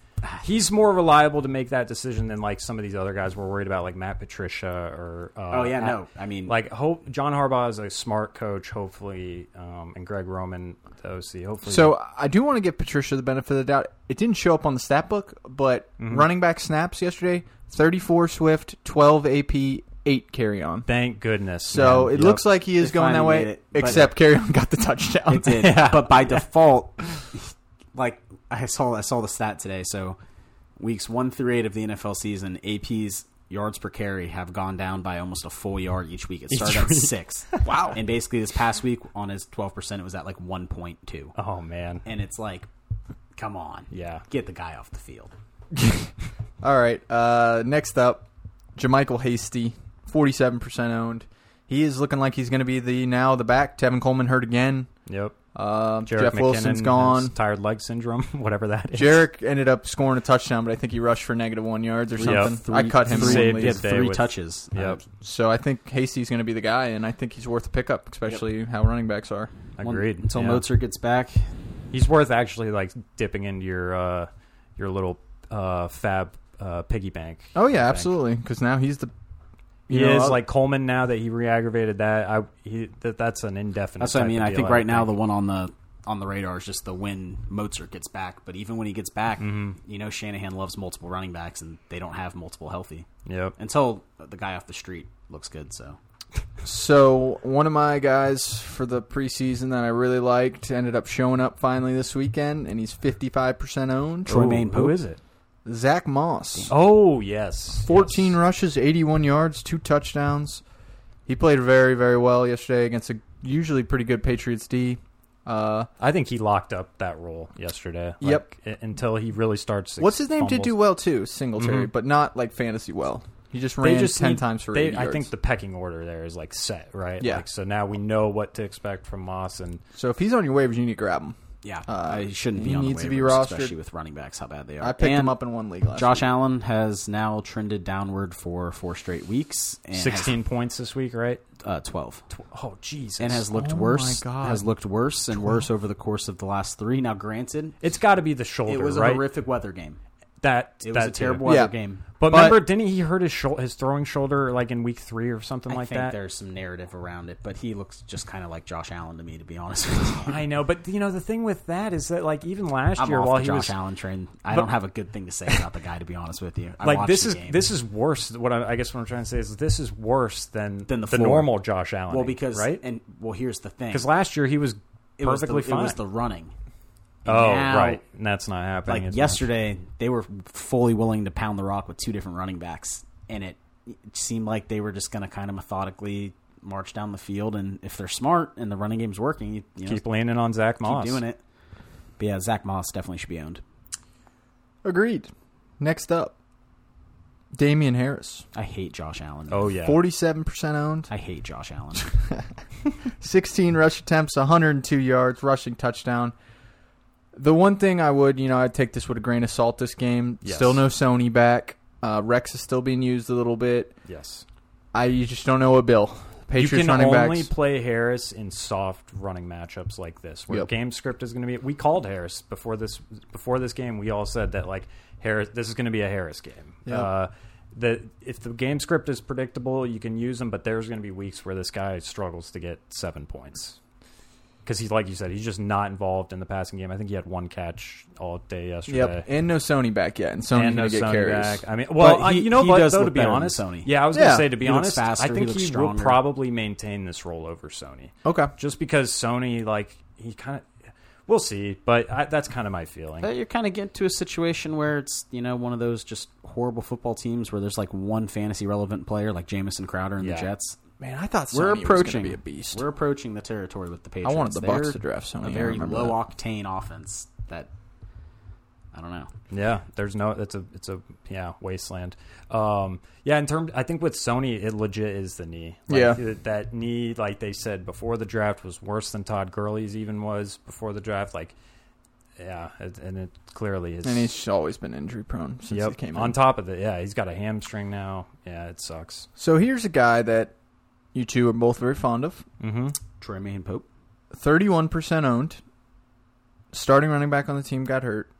Speaker 3: he's more reliable to make that decision than like some of these other guys we're worried about, like Matt Patricia or. Uh,
Speaker 4: Oh, yeah,
Speaker 3: Matt-
Speaker 4: no. I mean-
Speaker 3: like hope John Harbaugh is a smart coach, hopefully, um, and Greg Roman, the OC, hopefully.
Speaker 2: So I do want to give Patricia the benefit of the doubt. It didn't show up on the
Speaker 3: Mm-hmm.
Speaker 2: stat book, but running back snaps yesterday: thirty-four Swift, twelve AP, eight carry on.
Speaker 3: Thank goodness.
Speaker 2: So
Speaker 3: man.
Speaker 2: it
Speaker 3: Yep.
Speaker 2: looks like he is
Speaker 4: They
Speaker 2: going that
Speaker 4: finally
Speaker 2: way.
Speaker 4: made it, but-
Speaker 2: except carry on got the touchdown.
Speaker 4: It did, but by default, like I saw, I saw the stat today. So weeks one through eight of the NFL season, AP's yards per carry have gone down by almost a full yard each week. It started at
Speaker 3: week.
Speaker 4: six.
Speaker 2: Wow.
Speaker 4: And basically, this past week on his twelve percent, it was at like one point two.
Speaker 3: Oh man.
Speaker 4: And it's like, come on,
Speaker 3: Yeah.
Speaker 4: get the guy off the field.
Speaker 2: All right. Uh, next up, Jermichael Hasty, forty-seven percent owned. He is looking like he's going to be the now the back. Tevin Coleman hurt again.
Speaker 3: Yep.
Speaker 2: Uh,
Speaker 3: Jarek
Speaker 2: Jeff Wilson's
Speaker 3: McKinnon
Speaker 2: gone.
Speaker 3: has Tired leg syndrome, whatever that is.
Speaker 2: Jarek ended up scoring a touchdown, but I think he rushed for negative one yards or something. I cut him. in one
Speaker 3: saved
Speaker 2: league.
Speaker 4: He had
Speaker 3: his day
Speaker 4: three
Speaker 3: with-
Speaker 4: touches.
Speaker 3: Yep.
Speaker 2: So I think Hasty's going to be the guy, and I think he's worth a pickup, especially how running backs are.
Speaker 4: Um, one-
Speaker 3: Agreed.
Speaker 4: until
Speaker 3: yeah.
Speaker 4: Mozart gets back.
Speaker 3: He's worth actually like dipping into your uh, your little uh, fab uh, piggy bank.
Speaker 2: Oh yeah,
Speaker 3: Bank.
Speaker 2: absolutely. Because now he's the
Speaker 3: He
Speaker 2: you know,
Speaker 3: is
Speaker 2: I'll-
Speaker 3: like Coleman now that he re-aggravated that. I he, that that's an indefinite.
Speaker 4: That's what I
Speaker 3: type
Speaker 4: mean.
Speaker 3: of
Speaker 4: I
Speaker 3: deal,
Speaker 4: think right now
Speaker 3: would
Speaker 4: the one on the on the radar is just the when Mozart gets back. But even when he gets back,
Speaker 2: Mm-hmm.
Speaker 3: Mm-hmm.
Speaker 4: you know Shanahan loves multiple running backs, and they don't have multiple healthy
Speaker 3: think. yep.
Speaker 4: until the guy off the street looks good. So
Speaker 2: So one of my guys for the preseason that I really liked ended up showing up finally this weekend, and he's fifty-five percent owned.
Speaker 4: Troy
Speaker 3: Ooh,
Speaker 4: Maine
Speaker 3: who
Speaker 4: Pope.
Speaker 3: is it?
Speaker 2: Zach Moss,
Speaker 3: Oh yes,
Speaker 2: fourteen
Speaker 3: Yes.
Speaker 2: rushes, eighty-one yards, two touchdowns. He played very, very well yesterday against a usually pretty good Patriots D. Uh,
Speaker 3: I think he locked up that role yesterday.
Speaker 2: Yep.
Speaker 3: Like, i- until he really starts.
Speaker 2: what's his name did
Speaker 3: fumbles.
Speaker 2: do well too, Singletary, but not like fantasy well. He just
Speaker 3: Mm-hmm. They
Speaker 2: ran
Speaker 3: just
Speaker 2: ten
Speaker 3: need-
Speaker 2: times for
Speaker 3: they-
Speaker 2: 80
Speaker 3: I think
Speaker 2: yards.
Speaker 3: the pecking order there is like set, right?
Speaker 2: Yeah.
Speaker 3: Like, so now we know what to expect from Moss, and
Speaker 2: so if he's on your waivers, you need to grab him.
Speaker 4: yeah,
Speaker 2: Uh,
Speaker 4: he shouldn't
Speaker 2: he
Speaker 4: be on
Speaker 2: needs to
Speaker 4: the waivers,
Speaker 2: be rostered.
Speaker 4: especially with running backs how bad they are.
Speaker 2: I picked
Speaker 4: And
Speaker 2: him up in one league last.
Speaker 4: Josh Allen has now trended downward for four straight weeks. And has,
Speaker 3: sixteen points this week, right?
Speaker 4: uh, twelve.
Speaker 3: Tw- Oh Jesus!
Speaker 4: And has looked
Speaker 2: Oh my
Speaker 4: worse.
Speaker 2: God.
Speaker 4: Has looked worse and worse over the course of the last three. Now, granted,
Speaker 3: it's got to be the shoulder,
Speaker 4: it was a
Speaker 3: right?
Speaker 4: horrific weather game.
Speaker 3: That
Speaker 4: It was
Speaker 3: that
Speaker 4: a terrible
Speaker 2: Yeah.
Speaker 4: weather game.
Speaker 3: But,
Speaker 2: But-
Speaker 3: remember, didn't he hurt his shou- his throwing shoulder like in week three or something
Speaker 4: I
Speaker 3: like
Speaker 4: think
Speaker 3: that?
Speaker 4: there's some narrative around it, but he looks just kind of like Josh Allen to me, to be honest with you.
Speaker 3: I know, but you know the thing with that is that like even last
Speaker 4: I'm
Speaker 3: year
Speaker 4: off
Speaker 3: while
Speaker 4: the
Speaker 3: he
Speaker 4: Josh
Speaker 3: was
Speaker 4: Allen train. I
Speaker 3: But-
Speaker 4: don't have a good thing to say about the guy, to be honest with you. I
Speaker 3: like
Speaker 4: watched
Speaker 3: this
Speaker 4: the
Speaker 3: is
Speaker 4: game.
Speaker 3: this is worse. What I, I guess what I'm trying to say is this is worse than
Speaker 4: Than the
Speaker 3: the
Speaker 4: floor.
Speaker 3: normal Josh Allen.
Speaker 4: well because
Speaker 3: right
Speaker 4: and well here's the thing.
Speaker 3: because last year he was
Speaker 4: it was
Speaker 3: perfectly
Speaker 4: the,
Speaker 3: fine.
Speaker 4: It was the running.
Speaker 3: oh
Speaker 4: now-
Speaker 3: right, and that's not happening.
Speaker 4: Like
Speaker 3: as
Speaker 4: yesterday, they were fully willing to pound the rock with two different running backs, and it, it seemed like they were just going to kind of methodically march down the field. And if they're smart and the running game's working, you, you
Speaker 3: much.
Speaker 4: know,
Speaker 3: keep leaning on Zach Moss.
Speaker 4: keep doing it. But yeah, Zach Moss definitely should be owned.
Speaker 2: Agreed. Next up, Damian Harris,
Speaker 4: I hate Josh Allen.
Speaker 3: Oh yeah,
Speaker 2: forty-seven percent owned,
Speaker 4: I hate Josh Allen.
Speaker 2: sixteen rush attempts, one hundred and two yards, rushing touchdown. The one thing I would, you know, I'd take this with a grain of salt. This game,
Speaker 3: Yes.
Speaker 2: still no Sony back. Uh, Rex is still being used a little bit.
Speaker 3: yes.
Speaker 2: I you just don't know what Bill. Patriots
Speaker 3: you can
Speaker 2: running
Speaker 3: only
Speaker 2: backs.
Speaker 3: play Harris in soft running matchups like this, where
Speaker 2: Yep.
Speaker 3: game script is going to be. We called Harris before this before this game. We all said that like Harris, this is going to be a Harris game.
Speaker 2: Yep.
Speaker 3: Uh, the if the game script is predictable, you can use him. But there's going to be weeks where this guy struggles to get seven points because he's like you said, he's just not involved in the passing game. I think he had one catch all day yesterday.
Speaker 2: Yep, and no Sony back yet, and Sony's
Speaker 3: And no
Speaker 2: gonna get
Speaker 3: Sony
Speaker 2: carries.
Speaker 3: back. I mean, well,
Speaker 4: But
Speaker 3: I-
Speaker 4: he-
Speaker 3: you know
Speaker 4: he
Speaker 3: what?
Speaker 4: does
Speaker 3: though,
Speaker 4: look
Speaker 3: to be
Speaker 4: better than
Speaker 3: honest,
Speaker 4: Sony.
Speaker 3: yeah, I was gonna
Speaker 2: Yeah.
Speaker 3: say to be
Speaker 4: He
Speaker 3: honest,
Speaker 4: looks faster,
Speaker 3: I
Speaker 4: he
Speaker 3: think
Speaker 4: looks
Speaker 3: he, will
Speaker 4: stronger.
Speaker 3: probably maintain this role over Sony,
Speaker 2: Okay,
Speaker 3: just because Sony, like, he kind of, we'll see, but I, that's kind of my feeling.
Speaker 4: But you're kind of getting to a situation where it's you know one of those just horrible football teams where there's like one fantasy relevant player like Jamison Crowder and
Speaker 3: Yeah.
Speaker 4: the Jets.
Speaker 2: man, I thought Sony
Speaker 4: We're
Speaker 2: was
Speaker 4: approaching
Speaker 2: gonna be a beast.
Speaker 4: We're approaching the territory with the Patriots.
Speaker 2: I wanted the Bucks
Speaker 4: They're
Speaker 2: to draft Sony.
Speaker 4: a
Speaker 2: I
Speaker 4: very
Speaker 2: remember
Speaker 4: low
Speaker 2: that.
Speaker 4: octane offense that I don't know.
Speaker 3: Yeah, there's no, it's a, it's a, yeah, wasteland. Um, yeah, in terms, I think with Sony, it legit is the knee. Like,
Speaker 2: Yeah.
Speaker 3: th- that knee, like they said before the draft, was worse than Todd Gurley's even was before the draft. Like, yeah, it, and it clearly is.
Speaker 2: And he's always been injury prone since he came
Speaker 3: on
Speaker 2: in.
Speaker 3: top of it, yeah, he's got a hamstring now. Yeah, it sucks.
Speaker 2: So here's a guy that you two are both very fond of.
Speaker 3: Mm-hmm.
Speaker 4: Troy Mahan Pope.
Speaker 2: 31% owned. Starting running back on the team got hurt.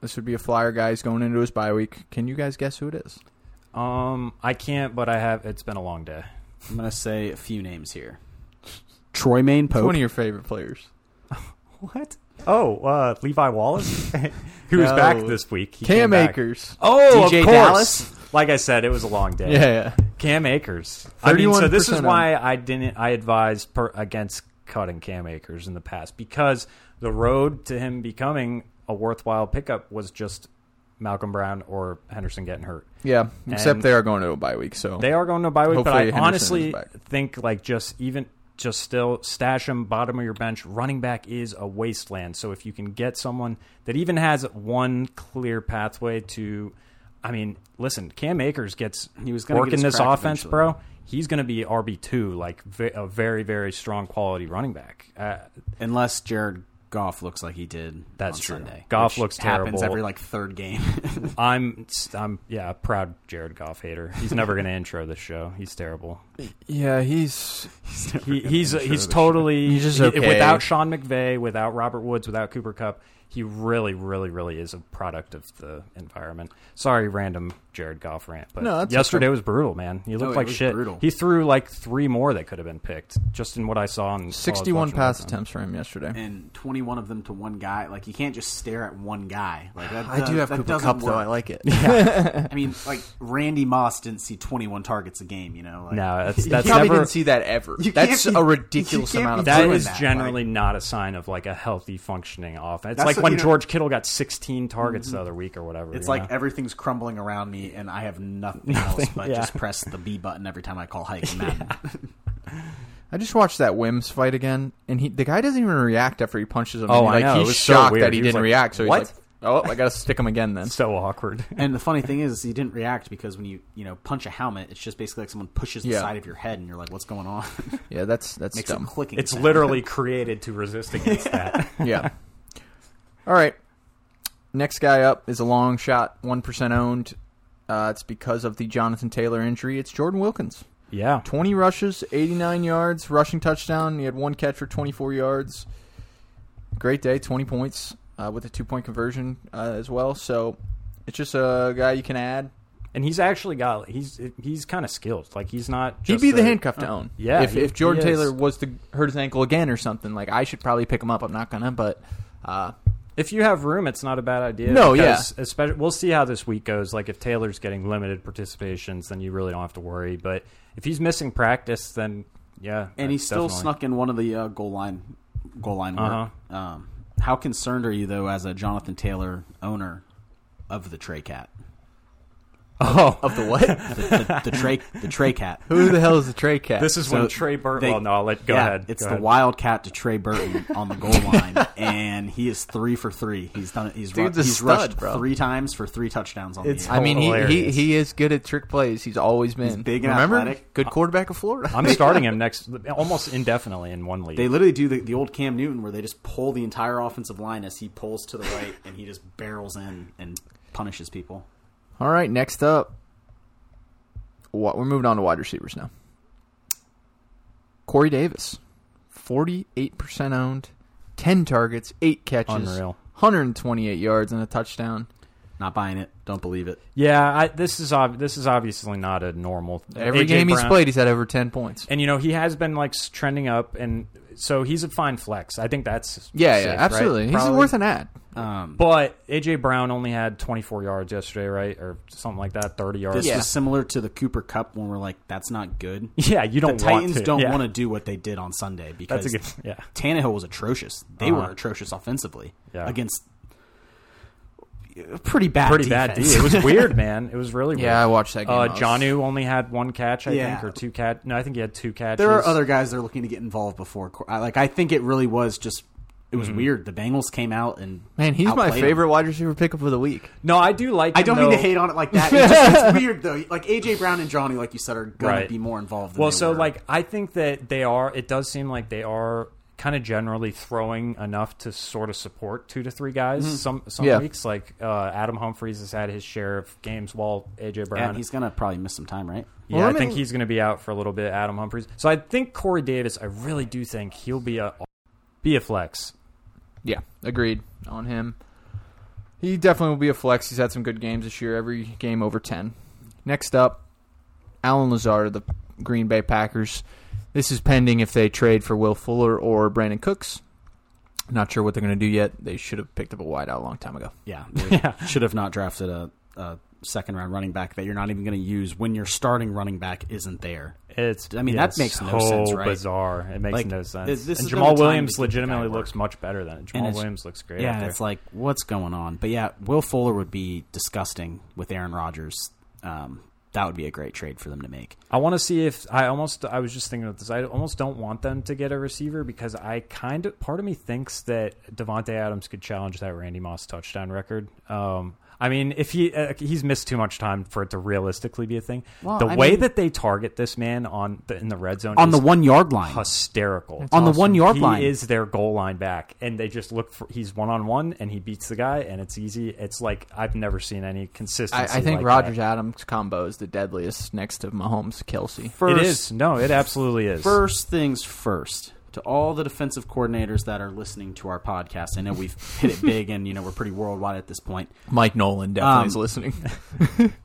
Speaker 2: This would be a flyer guy. He's going into his bye week. Can you guys guess who it is?
Speaker 3: Um, I can't, but I have. It's been a long day.
Speaker 4: I'm gonna say a few names here. Troy Maine
Speaker 2: It's
Speaker 4: Pope.
Speaker 2: One of your favorite players.
Speaker 3: What? Oh, uh, Levi Wallace, who was
Speaker 2: No.
Speaker 3: back this week. He
Speaker 2: Cam
Speaker 3: came back.
Speaker 2: Akers.
Speaker 3: Oh,
Speaker 4: DJ
Speaker 3: of course.
Speaker 4: Dallas?
Speaker 3: Like I said, it was a long day.
Speaker 2: Yeah, yeah.
Speaker 3: Cam Akers. I mean, so this is
Speaker 2: 31%
Speaker 3: why I didn't. I advised per, against cutting Cam Akers in the past because the road to him becoming a worthwhile pickup was just Malcolm Brown or Henderson getting hurt.
Speaker 2: Yeah, except
Speaker 3: And-
Speaker 2: they are going to a bye week, so
Speaker 3: They are going to a bye week, but I
Speaker 2: Hopefully Henderson is
Speaker 3: honestly
Speaker 2: back.
Speaker 3: think like just even just still stash him bottom of your bench. Running back is a wasteland, so if you can get someone that even has one clear pathway to, I mean, listen, Cam Akers gets
Speaker 4: He was gonna get
Speaker 3: working
Speaker 4: his
Speaker 3: this
Speaker 4: crack
Speaker 3: offense,
Speaker 4: eventually.
Speaker 3: bro. He's going to be RB two, like ve- a very very strong quality running back. Uh,
Speaker 4: unless Jared Goff looks like he did.
Speaker 3: That's
Speaker 4: on
Speaker 3: true.
Speaker 4: Sunday,
Speaker 3: Goff
Speaker 4: which
Speaker 3: looks
Speaker 4: happens
Speaker 3: terrible.
Speaker 4: every like third game.
Speaker 3: I'm I'm yeah, a proud Jared Goff hater. He's never going to intro this show. He's terrible.
Speaker 2: yeah, he's
Speaker 3: He, he's he's totally
Speaker 2: He's just
Speaker 3: he-
Speaker 2: okay.
Speaker 3: without Sean McVay, without Robert Woods, without Cooper Cup. He really, really, really is a product of the environment. Sorry, random Jared Goff rant, but
Speaker 2: No, that's
Speaker 3: yesterday
Speaker 2: okay.
Speaker 3: was brutal, man. He looked
Speaker 4: it
Speaker 3: like
Speaker 4: was
Speaker 3: shit.
Speaker 4: brutal.
Speaker 3: He threw like three more that could have been picked, just in what I saw. In college
Speaker 2: sixty-one
Speaker 3: watching
Speaker 2: pass
Speaker 3: Watson.
Speaker 2: attempts for him yesterday.
Speaker 4: and 21 of them to one guy. Like you can't just stare at one guy. Like that,
Speaker 2: I do
Speaker 4: that-
Speaker 2: have
Speaker 4: that
Speaker 2: Cooper
Speaker 4: doesn't
Speaker 2: Cup
Speaker 4: work.
Speaker 2: though. I like it.
Speaker 4: I mean, like Randy Moss didn't see 21 targets a game. You know, like,
Speaker 3: No, that's
Speaker 2: That's
Speaker 3: that's
Speaker 2: probably
Speaker 3: never.
Speaker 2: didn't see that ever.
Speaker 4: You can't
Speaker 2: That's
Speaker 4: be-
Speaker 2: a ridiculous
Speaker 4: you can't
Speaker 2: amount
Speaker 4: be
Speaker 2: of
Speaker 3: That
Speaker 4: doing
Speaker 3: is
Speaker 4: that,
Speaker 3: generally not a sign of like a healthy functioning offense. It's like
Speaker 4: That's
Speaker 3: when
Speaker 4: what- you know- Mm-hmm.
Speaker 3: George Kittle got 16 targets the other week or whatever.
Speaker 4: It's
Speaker 3: you
Speaker 4: like
Speaker 3: know?
Speaker 4: everything's crumbling around me, and I have nothing, else but
Speaker 3: yeah.
Speaker 4: just press the B button every time I call Hike Madden.
Speaker 2: I just watched that Wims fight again, and he the guy doesn't even react after he punches him.
Speaker 3: Oh,
Speaker 2: And,
Speaker 3: I
Speaker 2: like,
Speaker 3: know. It
Speaker 2: He's
Speaker 3: was so
Speaker 2: shocked
Speaker 3: weird.
Speaker 2: that he,
Speaker 3: He was
Speaker 2: didn't
Speaker 3: like,
Speaker 2: react, so
Speaker 3: "What?"
Speaker 2: he's like, "Oh, I gotta stick him again then."
Speaker 3: so awkward.
Speaker 4: And the funny thing is, he didn't react because when you you know punch a helmet, it's just basically like someone pushes the
Speaker 2: Yeah.
Speaker 4: side of your head, and you're like, "What's going on?"
Speaker 2: Yeah, that's that's
Speaker 4: Makes a
Speaker 2: dumb.
Speaker 4: clicking.
Speaker 3: It's
Speaker 4: sound.
Speaker 3: literally created to resist against that.
Speaker 2: yeah. All right. Next guy up is a long shot, one percent owned. Uh, it's because of the Jonathan Taylor injury. It's Jordan Wilkins.
Speaker 3: Yeah.
Speaker 2: 20 rushes, 89 yards, rushing touchdown. He had one catch for 24 yards. Great day, 20 points uh, with a two point conversion uh, as well. So it's just a guy you can add.
Speaker 3: And he's actually got he's he's kind of skilled. Like he's not.
Speaker 2: He'd
Speaker 3: Just
Speaker 2: be the
Speaker 3: a-
Speaker 2: handcuff to own.
Speaker 3: yeah,
Speaker 2: If,
Speaker 3: he-
Speaker 2: if Jordan
Speaker 3: he is.
Speaker 2: Taylor was to hurt his ankle again or something, like I should probably pick him up. I'm not gonna, but uh,
Speaker 3: If you have room, it's not a bad idea.
Speaker 2: No,
Speaker 3: yeah. Especially, we'll see how this week goes. Like if Taylor's getting limited participations, then you really don't have to worry. But if he's missing practice, then yeah,
Speaker 4: and he still
Speaker 3: definitely. Uh-huh.
Speaker 4: snuck in one of the uh, goal line goal line work. Um, how concerned are you though, as a Jonathan Taylor owner of the Trey Cat,
Speaker 3: Oh,
Speaker 2: of the what?
Speaker 4: the, the, the Trey the Trey Cat?
Speaker 2: Who the hell is the Trey cat?
Speaker 3: this is
Speaker 4: So
Speaker 3: when Trey Burton.
Speaker 4: they-
Speaker 3: well, no, I'll let go
Speaker 4: yeah,
Speaker 3: ahead.
Speaker 4: It's
Speaker 3: Go
Speaker 4: the
Speaker 3: ahead.
Speaker 4: Wildcat to Trey Burton on the goal line, and he is three for three. He's done it. He's, ru-
Speaker 2: Dude's a
Speaker 4: he's
Speaker 2: stud,
Speaker 4: rushed
Speaker 2: bro.
Speaker 4: three times for three touchdowns on
Speaker 3: It's-
Speaker 4: the year.
Speaker 2: I mean, he, he
Speaker 3: hilarious.
Speaker 2: he is good at trick plays. He's always been
Speaker 4: big and
Speaker 2: Remember,
Speaker 4: athletic.
Speaker 2: good quarterback of Florida.
Speaker 3: I'm starting him next, almost indefinitely in one league.
Speaker 4: They literally do the, the old Cam Newton where they just pull the entire offensive line as he pulls to the right and he just barrels in and punishes people.
Speaker 2: All right, next up, what we're moving on to wide receivers now. Corey Davis, forty-eight percent owned, ten targets, eight catches,
Speaker 3: Unreal.
Speaker 2: 128 yards and a touchdown.
Speaker 4: Not buying it. Don't believe it.
Speaker 3: yeah, I, this is ob- this is obviously not a normal.
Speaker 2: Every
Speaker 3: AJ
Speaker 2: game he's
Speaker 3: Brown-
Speaker 2: played, he's had over ten points.
Speaker 3: and you know he has been like s- trending up, and so he's a fine flex. I think that's
Speaker 2: Yeah,
Speaker 3: safe,
Speaker 2: yeah,
Speaker 3: right?
Speaker 2: absolutely. He's
Speaker 3: Probably.
Speaker 2: worth an ad.
Speaker 4: Um,
Speaker 3: But AJ Brown only had 24 yards yesterday, right, or something like that, 30 yards.
Speaker 4: this
Speaker 2: Yeah.
Speaker 4: was similar to the Cooper Cup when we're like, that's not good.
Speaker 3: Yeah, you
Speaker 4: The
Speaker 3: don't want
Speaker 4: Titans
Speaker 3: to.
Speaker 4: don't
Speaker 3: yeah.
Speaker 4: want to do what they did on Sunday
Speaker 3: That's
Speaker 4: because
Speaker 3: a good. Yeah, Uh-huh.
Speaker 4: Tannehill was atrocious. They were atrocious offensively
Speaker 3: Yeah.
Speaker 4: against a pretty bad
Speaker 3: pretty bad. D.
Speaker 4: defense.
Speaker 3: It was weird, man. It was really weird.
Speaker 2: Yeah, I watched that game. I
Speaker 3: Uh,
Speaker 2: was-
Speaker 3: Janu only had one catch, I
Speaker 4: Yeah.
Speaker 3: think, or two catch. No, I think he had two catches.
Speaker 4: there are other guys that are looking to get involved before. Cor- I- Like I think it really was just it
Speaker 3: Mm-hmm.
Speaker 4: was weird. The Bengals came out and
Speaker 2: Man, he's my
Speaker 4: outplayed 'em.
Speaker 2: favorite wide receiver pickup of the week.
Speaker 3: No, I do like.
Speaker 4: I
Speaker 3: him,
Speaker 4: don't mean to
Speaker 3: though.
Speaker 4: hate on it like that. It's, just, it's weird though. Like AJ Brown and Johnny, like you said, are gonna
Speaker 3: Right.
Speaker 4: be more involved. Than
Speaker 3: Well,
Speaker 4: they
Speaker 3: so
Speaker 4: were.
Speaker 3: like I think that they are. It does seem like they are kind of generally throwing enough to sort of support two to three guys.
Speaker 4: Mm-hmm.
Speaker 3: Some some
Speaker 2: Yeah.
Speaker 3: weeks, like uh, Adam Humphries has had his share of games, while AJ Brown.
Speaker 4: and he's gonna probably miss some time, right?
Speaker 3: yeah,
Speaker 2: Well, let
Speaker 3: I think
Speaker 2: me-
Speaker 3: he's going to be out for a little bit. Adam Humphries. So I think Corey Davis. I really do think he'll be a be a flex.
Speaker 2: Yeah, agreed on him. He definitely will be a flex. He's had some good games this year, every game over 10. Next up, Alan Lazard of the Green Bay Packers. This is pending if they trade for Will Fuller or Brandon Cooks. Not sure what they're going to do yet. They should have picked up a wideout a long time ago.
Speaker 4: Yeah, yeah. Should have not drafted a, a second round running back that you're not even going to use when your starting running back isn't there.
Speaker 3: It's
Speaker 4: I mean,
Speaker 3: yeah,
Speaker 4: that makes
Speaker 3: so
Speaker 4: no sense, right?
Speaker 3: bizarre. It makes
Speaker 4: Like,
Speaker 3: no
Speaker 4: this-
Speaker 3: sense.
Speaker 4: this
Speaker 3: and
Speaker 4: is
Speaker 3: Jamal
Speaker 4: another time
Speaker 3: Williams
Speaker 4: to give the guy
Speaker 3: legitimately
Speaker 4: work.
Speaker 3: looks much better than it. Jamal
Speaker 4: it's-
Speaker 3: Williams looks great. out
Speaker 4: Yeah,
Speaker 3: there.
Speaker 4: it's like what's going on. But yeah, Will Fuller would be disgusting with Aaron Rodgers. Um, that would be a great trade for them to make.
Speaker 3: I want to see if I almost. I was just thinking about this. I almost don't want them to get a receiver because I kind of part of me thinks that Devonte Adams could challenge that Randy Moss touchdown record. Um, I mean, if he uh, he's missed too much time for it to realistically be a thing.
Speaker 4: Well,
Speaker 3: the
Speaker 4: I
Speaker 3: way
Speaker 4: mean-
Speaker 3: that they target this man on the, in the red zone
Speaker 4: On
Speaker 3: is
Speaker 4: the one yard line,
Speaker 3: hysterical.
Speaker 4: on the
Speaker 2: awesome.
Speaker 4: one yard
Speaker 3: he
Speaker 4: line,
Speaker 3: is their goal line back, and they just look for. He's one on one, and he beats the guy, and it's easy. It's like I've never seen any
Speaker 2: I,
Speaker 3: consistency.
Speaker 2: I think
Speaker 3: like
Speaker 2: Rogers
Speaker 3: That.
Speaker 2: Adams combo is the deadliest next to Mahomes Kelsey.
Speaker 4: first,
Speaker 3: it is no, it absolutely is.
Speaker 4: First things first. To all the defensive coordinators that are listening to our podcast, I know we've hit it big, and you know we're pretty worldwide at this point.
Speaker 2: Mike Nolan definitely
Speaker 4: Um,
Speaker 2: is listening.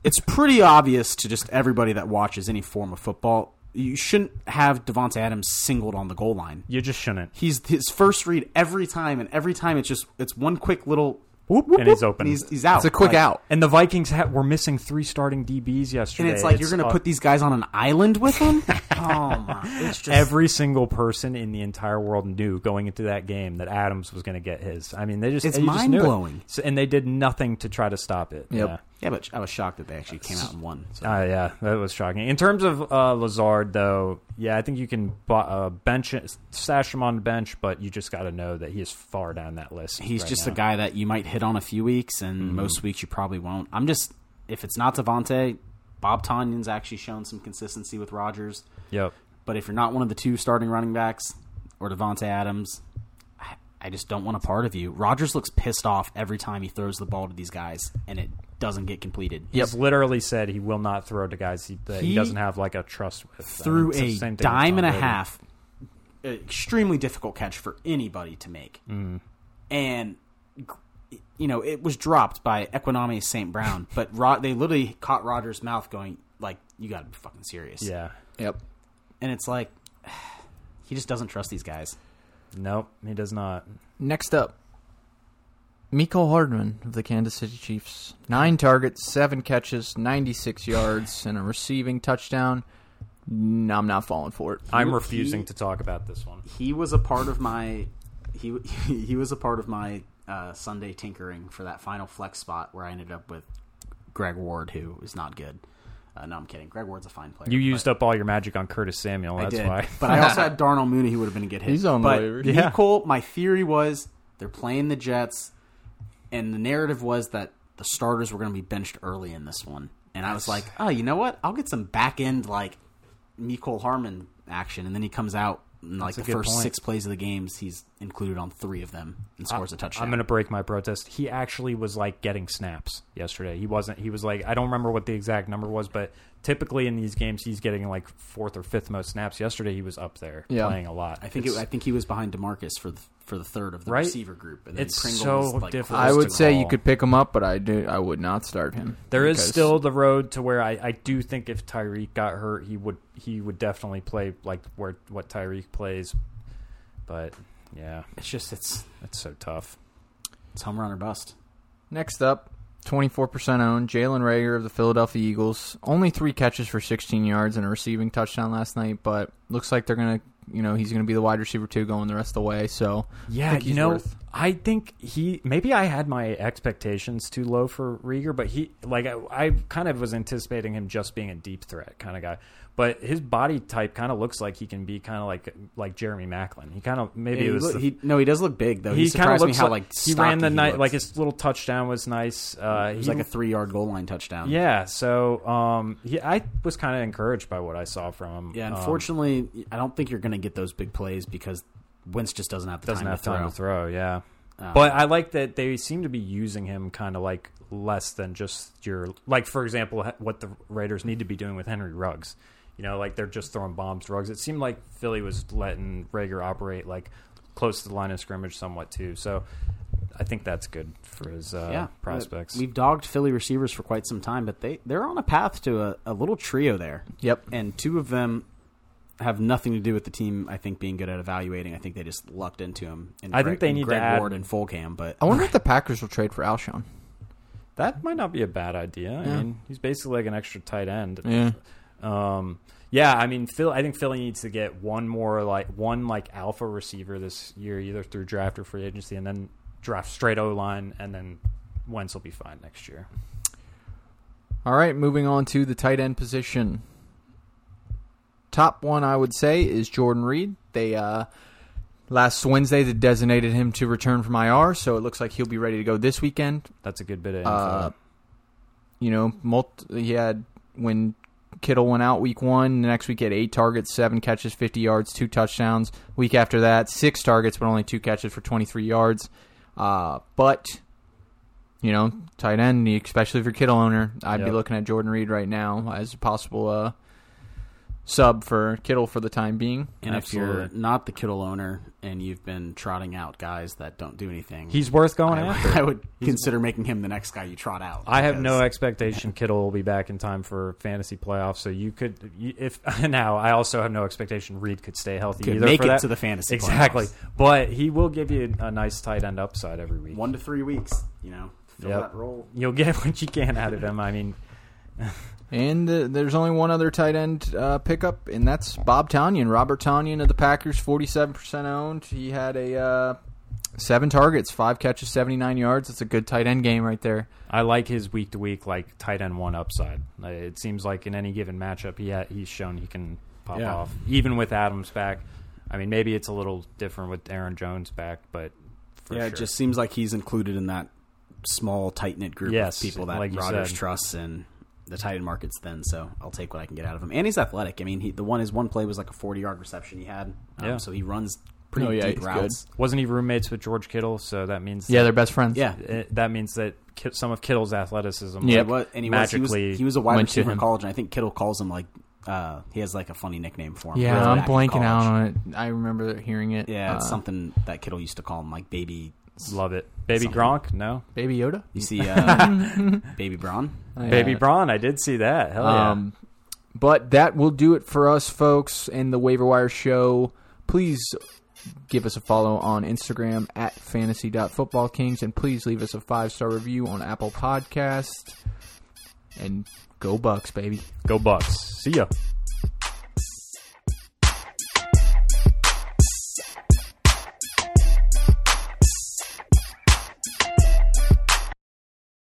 Speaker 4: it's pretty obvious to just everybody that watches any form of football. You shouldn't have Devonte Adams singled on the goal line.
Speaker 3: you just shouldn't.
Speaker 4: He's his first read every time, and every time it's just it's one quick little
Speaker 3: Whoop, and he's open.
Speaker 4: and he's, he's out.
Speaker 2: It's a quick
Speaker 4: Like,
Speaker 2: out.
Speaker 3: And the Vikings ha- were missing three starting DBs yesterday.
Speaker 4: and it's like you're going to
Speaker 3: uh,
Speaker 4: put these guys on an island with them. oh my! It's just
Speaker 3: every single person in the entire world knew going into that game that Adams was going to get his. I mean, they just
Speaker 4: It's
Speaker 3: you just knew it.
Speaker 4: mind-blowing.
Speaker 3: So- and they did nothing to try to stop it.
Speaker 2: Yep.
Speaker 4: yeah, but I was shocked that they actually came out and won. So.
Speaker 3: Yeah. Uh, yeah, that was shocking. In terms of uh, Lazard, though, yeah, I think you can bu- uh, bench it- stash him on the bench, but you just got to know that he is far down that list.
Speaker 4: He's
Speaker 3: right
Speaker 4: just
Speaker 3: now. Mm-hmm.
Speaker 4: a guy that you might hit on a few weeks, and most weeks you probably won't. I'm just if it's not Devonte, Bob Tanyan's actually shown some consistency with Rodgers.
Speaker 3: Yep.
Speaker 4: But if you're not one of the two starting running backs or Devonte Adams, I, I just don't want a part of you. Rogers looks pissed off every time he throws the ball to these guys, and it doesn't get completed.
Speaker 3: He's literally said he will not throw to guys he, that he,
Speaker 4: He
Speaker 3: doesn't have like a trust with. I mean,
Speaker 4: Through a
Speaker 3: it's the same thing with
Speaker 4: dime
Speaker 3: Tom
Speaker 4: and a
Speaker 3: Brady.
Speaker 4: half, extremely difficult catch for anybody to make, and you know it was dropped by Equinami St. Brown, but Ro- they literally caught Rogers' mouth going like, "You got to be fucking serious,"
Speaker 3: Yeah.
Speaker 2: Yep.
Speaker 4: and it's like he just doesn't trust these guys.
Speaker 3: Nope, he does not.
Speaker 2: Next up, Miko Hardman of the Kansas City Chiefs. Nine targets, seven catches, 96 yards, and a receiving touchdown. No, I'm not falling for it.
Speaker 3: I'm
Speaker 4: He-
Speaker 3: refusing
Speaker 4: he-
Speaker 3: to talk about this one.
Speaker 4: he was a part of my he he was a part of my uh, Sunday tinkering for that final flex spot where I ended up with Greg Ward, who is not good. Uh, no, I'm kidding. Greg Ward's a fine player.
Speaker 3: You used up all your magic on Curtis Samuel.
Speaker 4: I
Speaker 3: That's
Speaker 4: did.
Speaker 3: why.
Speaker 4: but I also had Darnell Mooney, who would have been a good hit.
Speaker 2: He's on the
Speaker 4: but
Speaker 2: waivers.
Speaker 3: Yeah.
Speaker 4: Nicole, my theory was they're playing the Jets, and the narrative was that the starters were going to be benched early in this one. And I was like, oh, you know what? I'll get some back end like Nicole Harmon action, and then he comes out. And like
Speaker 3: That's a
Speaker 4: the
Speaker 3: good
Speaker 4: first
Speaker 3: point.
Speaker 4: six plays of the games, he's included on three of them and scores a touchdown.
Speaker 3: I'm going to break my protest. He actually was like getting snaps yesterday. He wasn't. He was like I don't remember what the exact number was, but typically in these games he's getting like fourth or fifth most snaps. Yesterday he was up there
Speaker 2: Yeah.
Speaker 3: playing a lot.
Speaker 4: I think it,
Speaker 3: It's-
Speaker 4: I think he was behind Demarcus for the, for the third of the
Speaker 3: Right?
Speaker 4: receiver group, and then
Speaker 3: It's
Speaker 4: Pringle
Speaker 3: so
Speaker 4: was like
Speaker 3: difficult.
Speaker 4: close
Speaker 2: I
Speaker 4: to
Speaker 2: would say you
Speaker 3: call.
Speaker 2: could pick him up, but I do. I would not start him.
Speaker 3: there is
Speaker 2: because-
Speaker 3: still the road to where I, I do think if Tyreek got hurt, he would he would definitely play like where what Tyreek plays. But yeah,
Speaker 4: It's just it's
Speaker 3: that's so tough.
Speaker 4: it's home run or bust.
Speaker 2: Next up, 24% owned, Jalen Rager of the Philadelphia Eagles. Only three catches for 16 yards and a receiving touchdown last night, but looks like they're going to, you know, he's going to be the wide receiver too going the rest of the way. So, I
Speaker 3: Yeah,
Speaker 2: think
Speaker 3: you
Speaker 2: he's
Speaker 3: know,
Speaker 2: worth-
Speaker 3: I think he maybe I had my expectations too low for Rieger, but he like I, I kind of was anticipating him just being a deep threat kind of guy. But his body type kind of looks like he can be kind of like like Jeremy Macklin. He kind of maybe
Speaker 4: Yeah,
Speaker 3: it
Speaker 4: he
Speaker 3: was
Speaker 4: look-
Speaker 3: the-
Speaker 4: he- no, he does look big though. He,
Speaker 3: he kind of
Speaker 4: surprised me
Speaker 3: looks
Speaker 4: how
Speaker 3: like,
Speaker 4: like,
Speaker 3: he
Speaker 4: stocky
Speaker 3: ran the night
Speaker 4: looked.
Speaker 3: like his little touchdown was nice. Uh,
Speaker 4: it was
Speaker 3: he
Speaker 4: like a three yard goal line touchdown.
Speaker 3: yeah. So um, he, I was kind of encouraged by what I saw from him.
Speaker 4: yeah.
Speaker 3: Um,
Speaker 4: Unfortunately, I don't think you're going to get those big plays because Wentz just doesn't have the
Speaker 3: doesn't
Speaker 4: time,
Speaker 3: have
Speaker 4: to,
Speaker 3: time to throw.
Speaker 4: throw.
Speaker 3: Yeah,
Speaker 4: Um,
Speaker 3: but I like that they seem to be using him kind of like less than just your like for example h- what the Raiders need to be doing with Henry Ruggs. You know, like they're just throwing bombs to Ruggs. It seemed like Philly was letting Rager operate like close to the line of scrimmage somewhat too. So I think that's good for his uh,
Speaker 4: yeah,
Speaker 3: prospects.
Speaker 4: We've dogged Philly receivers for quite some time, but they they're on a path to a, a little trio there,
Speaker 2: yep.
Speaker 4: and two of them have nothing to do with the team. I think being good at evaluating. I think they just lucked into him. And
Speaker 3: I
Speaker 4: Greg-
Speaker 3: think they
Speaker 4: and
Speaker 3: need to
Speaker 4: Greg
Speaker 3: add- Oh,
Speaker 4: Ward and full cam, but
Speaker 2: I wonder if the Packers will trade for Alshon.
Speaker 3: That might not be a bad idea. I mean, he's basically like an extra tight end.
Speaker 2: Yeah.
Speaker 3: Um, yeah, I mean, Phil. I think Philly needs to get one more like one like alpha receiver this year, either through draft or free agency, and then draft straight O line, and then Wentz will be fine next year.
Speaker 2: All right, moving on to the tight end position. Top one, I would say, is Jordan Reed. They uh, last Wednesday they designated him to return from IR, so it looks like he'll be ready to go this weekend.
Speaker 3: That's a good bit of info.
Speaker 2: Uh, you know, multi- he had when Kittle went out week one. The next week he had eight targets, seven catches, fifty yards, two touchdowns. Week after that, six targets but only two catches for twenty three yards. Uh, but you know, tight end, especially if you're Kittle owner, I'd be
Speaker 3: Yep.
Speaker 2: looking at Jordan Reed right now as a possible uh, sub for Kittle for the time being.
Speaker 4: And if
Speaker 3: Absolutely.
Speaker 4: you're not the Kittle owner and you've been trotting out guys that don't do anything,
Speaker 3: he's worth
Speaker 2: Oh,
Speaker 3: going
Speaker 4: I,
Speaker 3: after.
Speaker 4: would- I would consider making him the next guy you trot out.
Speaker 3: I have
Speaker 4: because
Speaker 3: no expectation Kittle will be back in time for fantasy playoffs. So you could, you- if now I also have no expectation Reed could stay healthy
Speaker 4: Could
Speaker 3: either.
Speaker 4: make
Speaker 3: for
Speaker 4: it
Speaker 3: that.
Speaker 4: to the fantasy
Speaker 3: exactly,
Speaker 4: playoffs.
Speaker 3: but he will give you a nice tight end upside every week.
Speaker 4: one to three weeks. You know, fill
Speaker 3: Yep.
Speaker 4: that role.
Speaker 3: You'll get what you can out of him. I mean,
Speaker 2: And uh, there's only one other tight end uh, pickup, and that's Bob Tanyan. Robert Tanyan of the Packers, 47% owned. He had a uh, seven targets, five catches, 79 yards. It's a good tight end game right there.
Speaker 3: I like his week to week like tight end one upside. Uh, It seems like in any given matchup, he ha- he's shown he can pop
Speaker 4: Yeah.
Speaker 3: off, even with Adams back. I mean, maybe it's a little different with Aaron Jones back, but for
Speaker 4: yeah,
Speaker 3: sure.
Speaker 4: it just seems like he's included in that small tight knit group
Speaker 3: Yes,
Speaker 4: of people that
Speaker 3: like you
Speaker 4: Rodgers
Speaker 3: said.
Speaker 4: trusts and the tight end market's thin. So I'll take what I can get out of him. And he's athletic. I mean, he, the one his one play was like a forty yard reception he had. Um,
Speaker 3: Yeah.
Speaker 4: So he runs pretty
Speaker 2: Oh, yeah,
Speaker 4: deep
Speaker 2: he's
Speaker 4: routes.
Speaker 3: wasn't he roommates with George Kittle, so that means
Speaker 2: Yeah, they're best friends.
Speaker 4: Yeah.
Speaker 3: Uh, that means that Ki- some of Kittle's athleticism,
Speaker 2: Yeah,
Speaker 3: yeah,
Speaker 4: He was, and he was, he was
Speaker 3: magically,
Speaker 4: he was a wide
Speaker 2: went to
Speaker 4: receiver in
Speaker 2: him.
Speaker 4: college, and I think Kittle calls him like uh, he has like a funny nickname for him.
Speaker 2: Yeah,
Speaker 4: Really
Speaker 2: I'm
Speaker 4: back in
Speaker 2: blanking out
Speaker 4: college.
Speaker 2: on it. I remember hearing it.
Speaker 4: Yeah,
Speaker 2: Uh,
Speaker 4: it's something that Kittle used to call him like baby.
Speaker 3: love it. Baby
Speaker 4: Something.
Speaker 3: Gronk, no,
Speaker 2: Baby Yoda?
Speaker 4: You see, uh, baby Braun.
Speaker 3: Baby
Speaker 2: Oh, Yeah.
Speaker 3: Braun. I did see that. Hell yeah.
Speaker 2: Um, But that will do it for us, folks, in the waiver wire show. Please give us a follow on Instagram at fantasy.footballkings and please leave us a five star review on Apple Podcast. And go Bucks, baby.
Speaker 3: Go Bucks. See ya.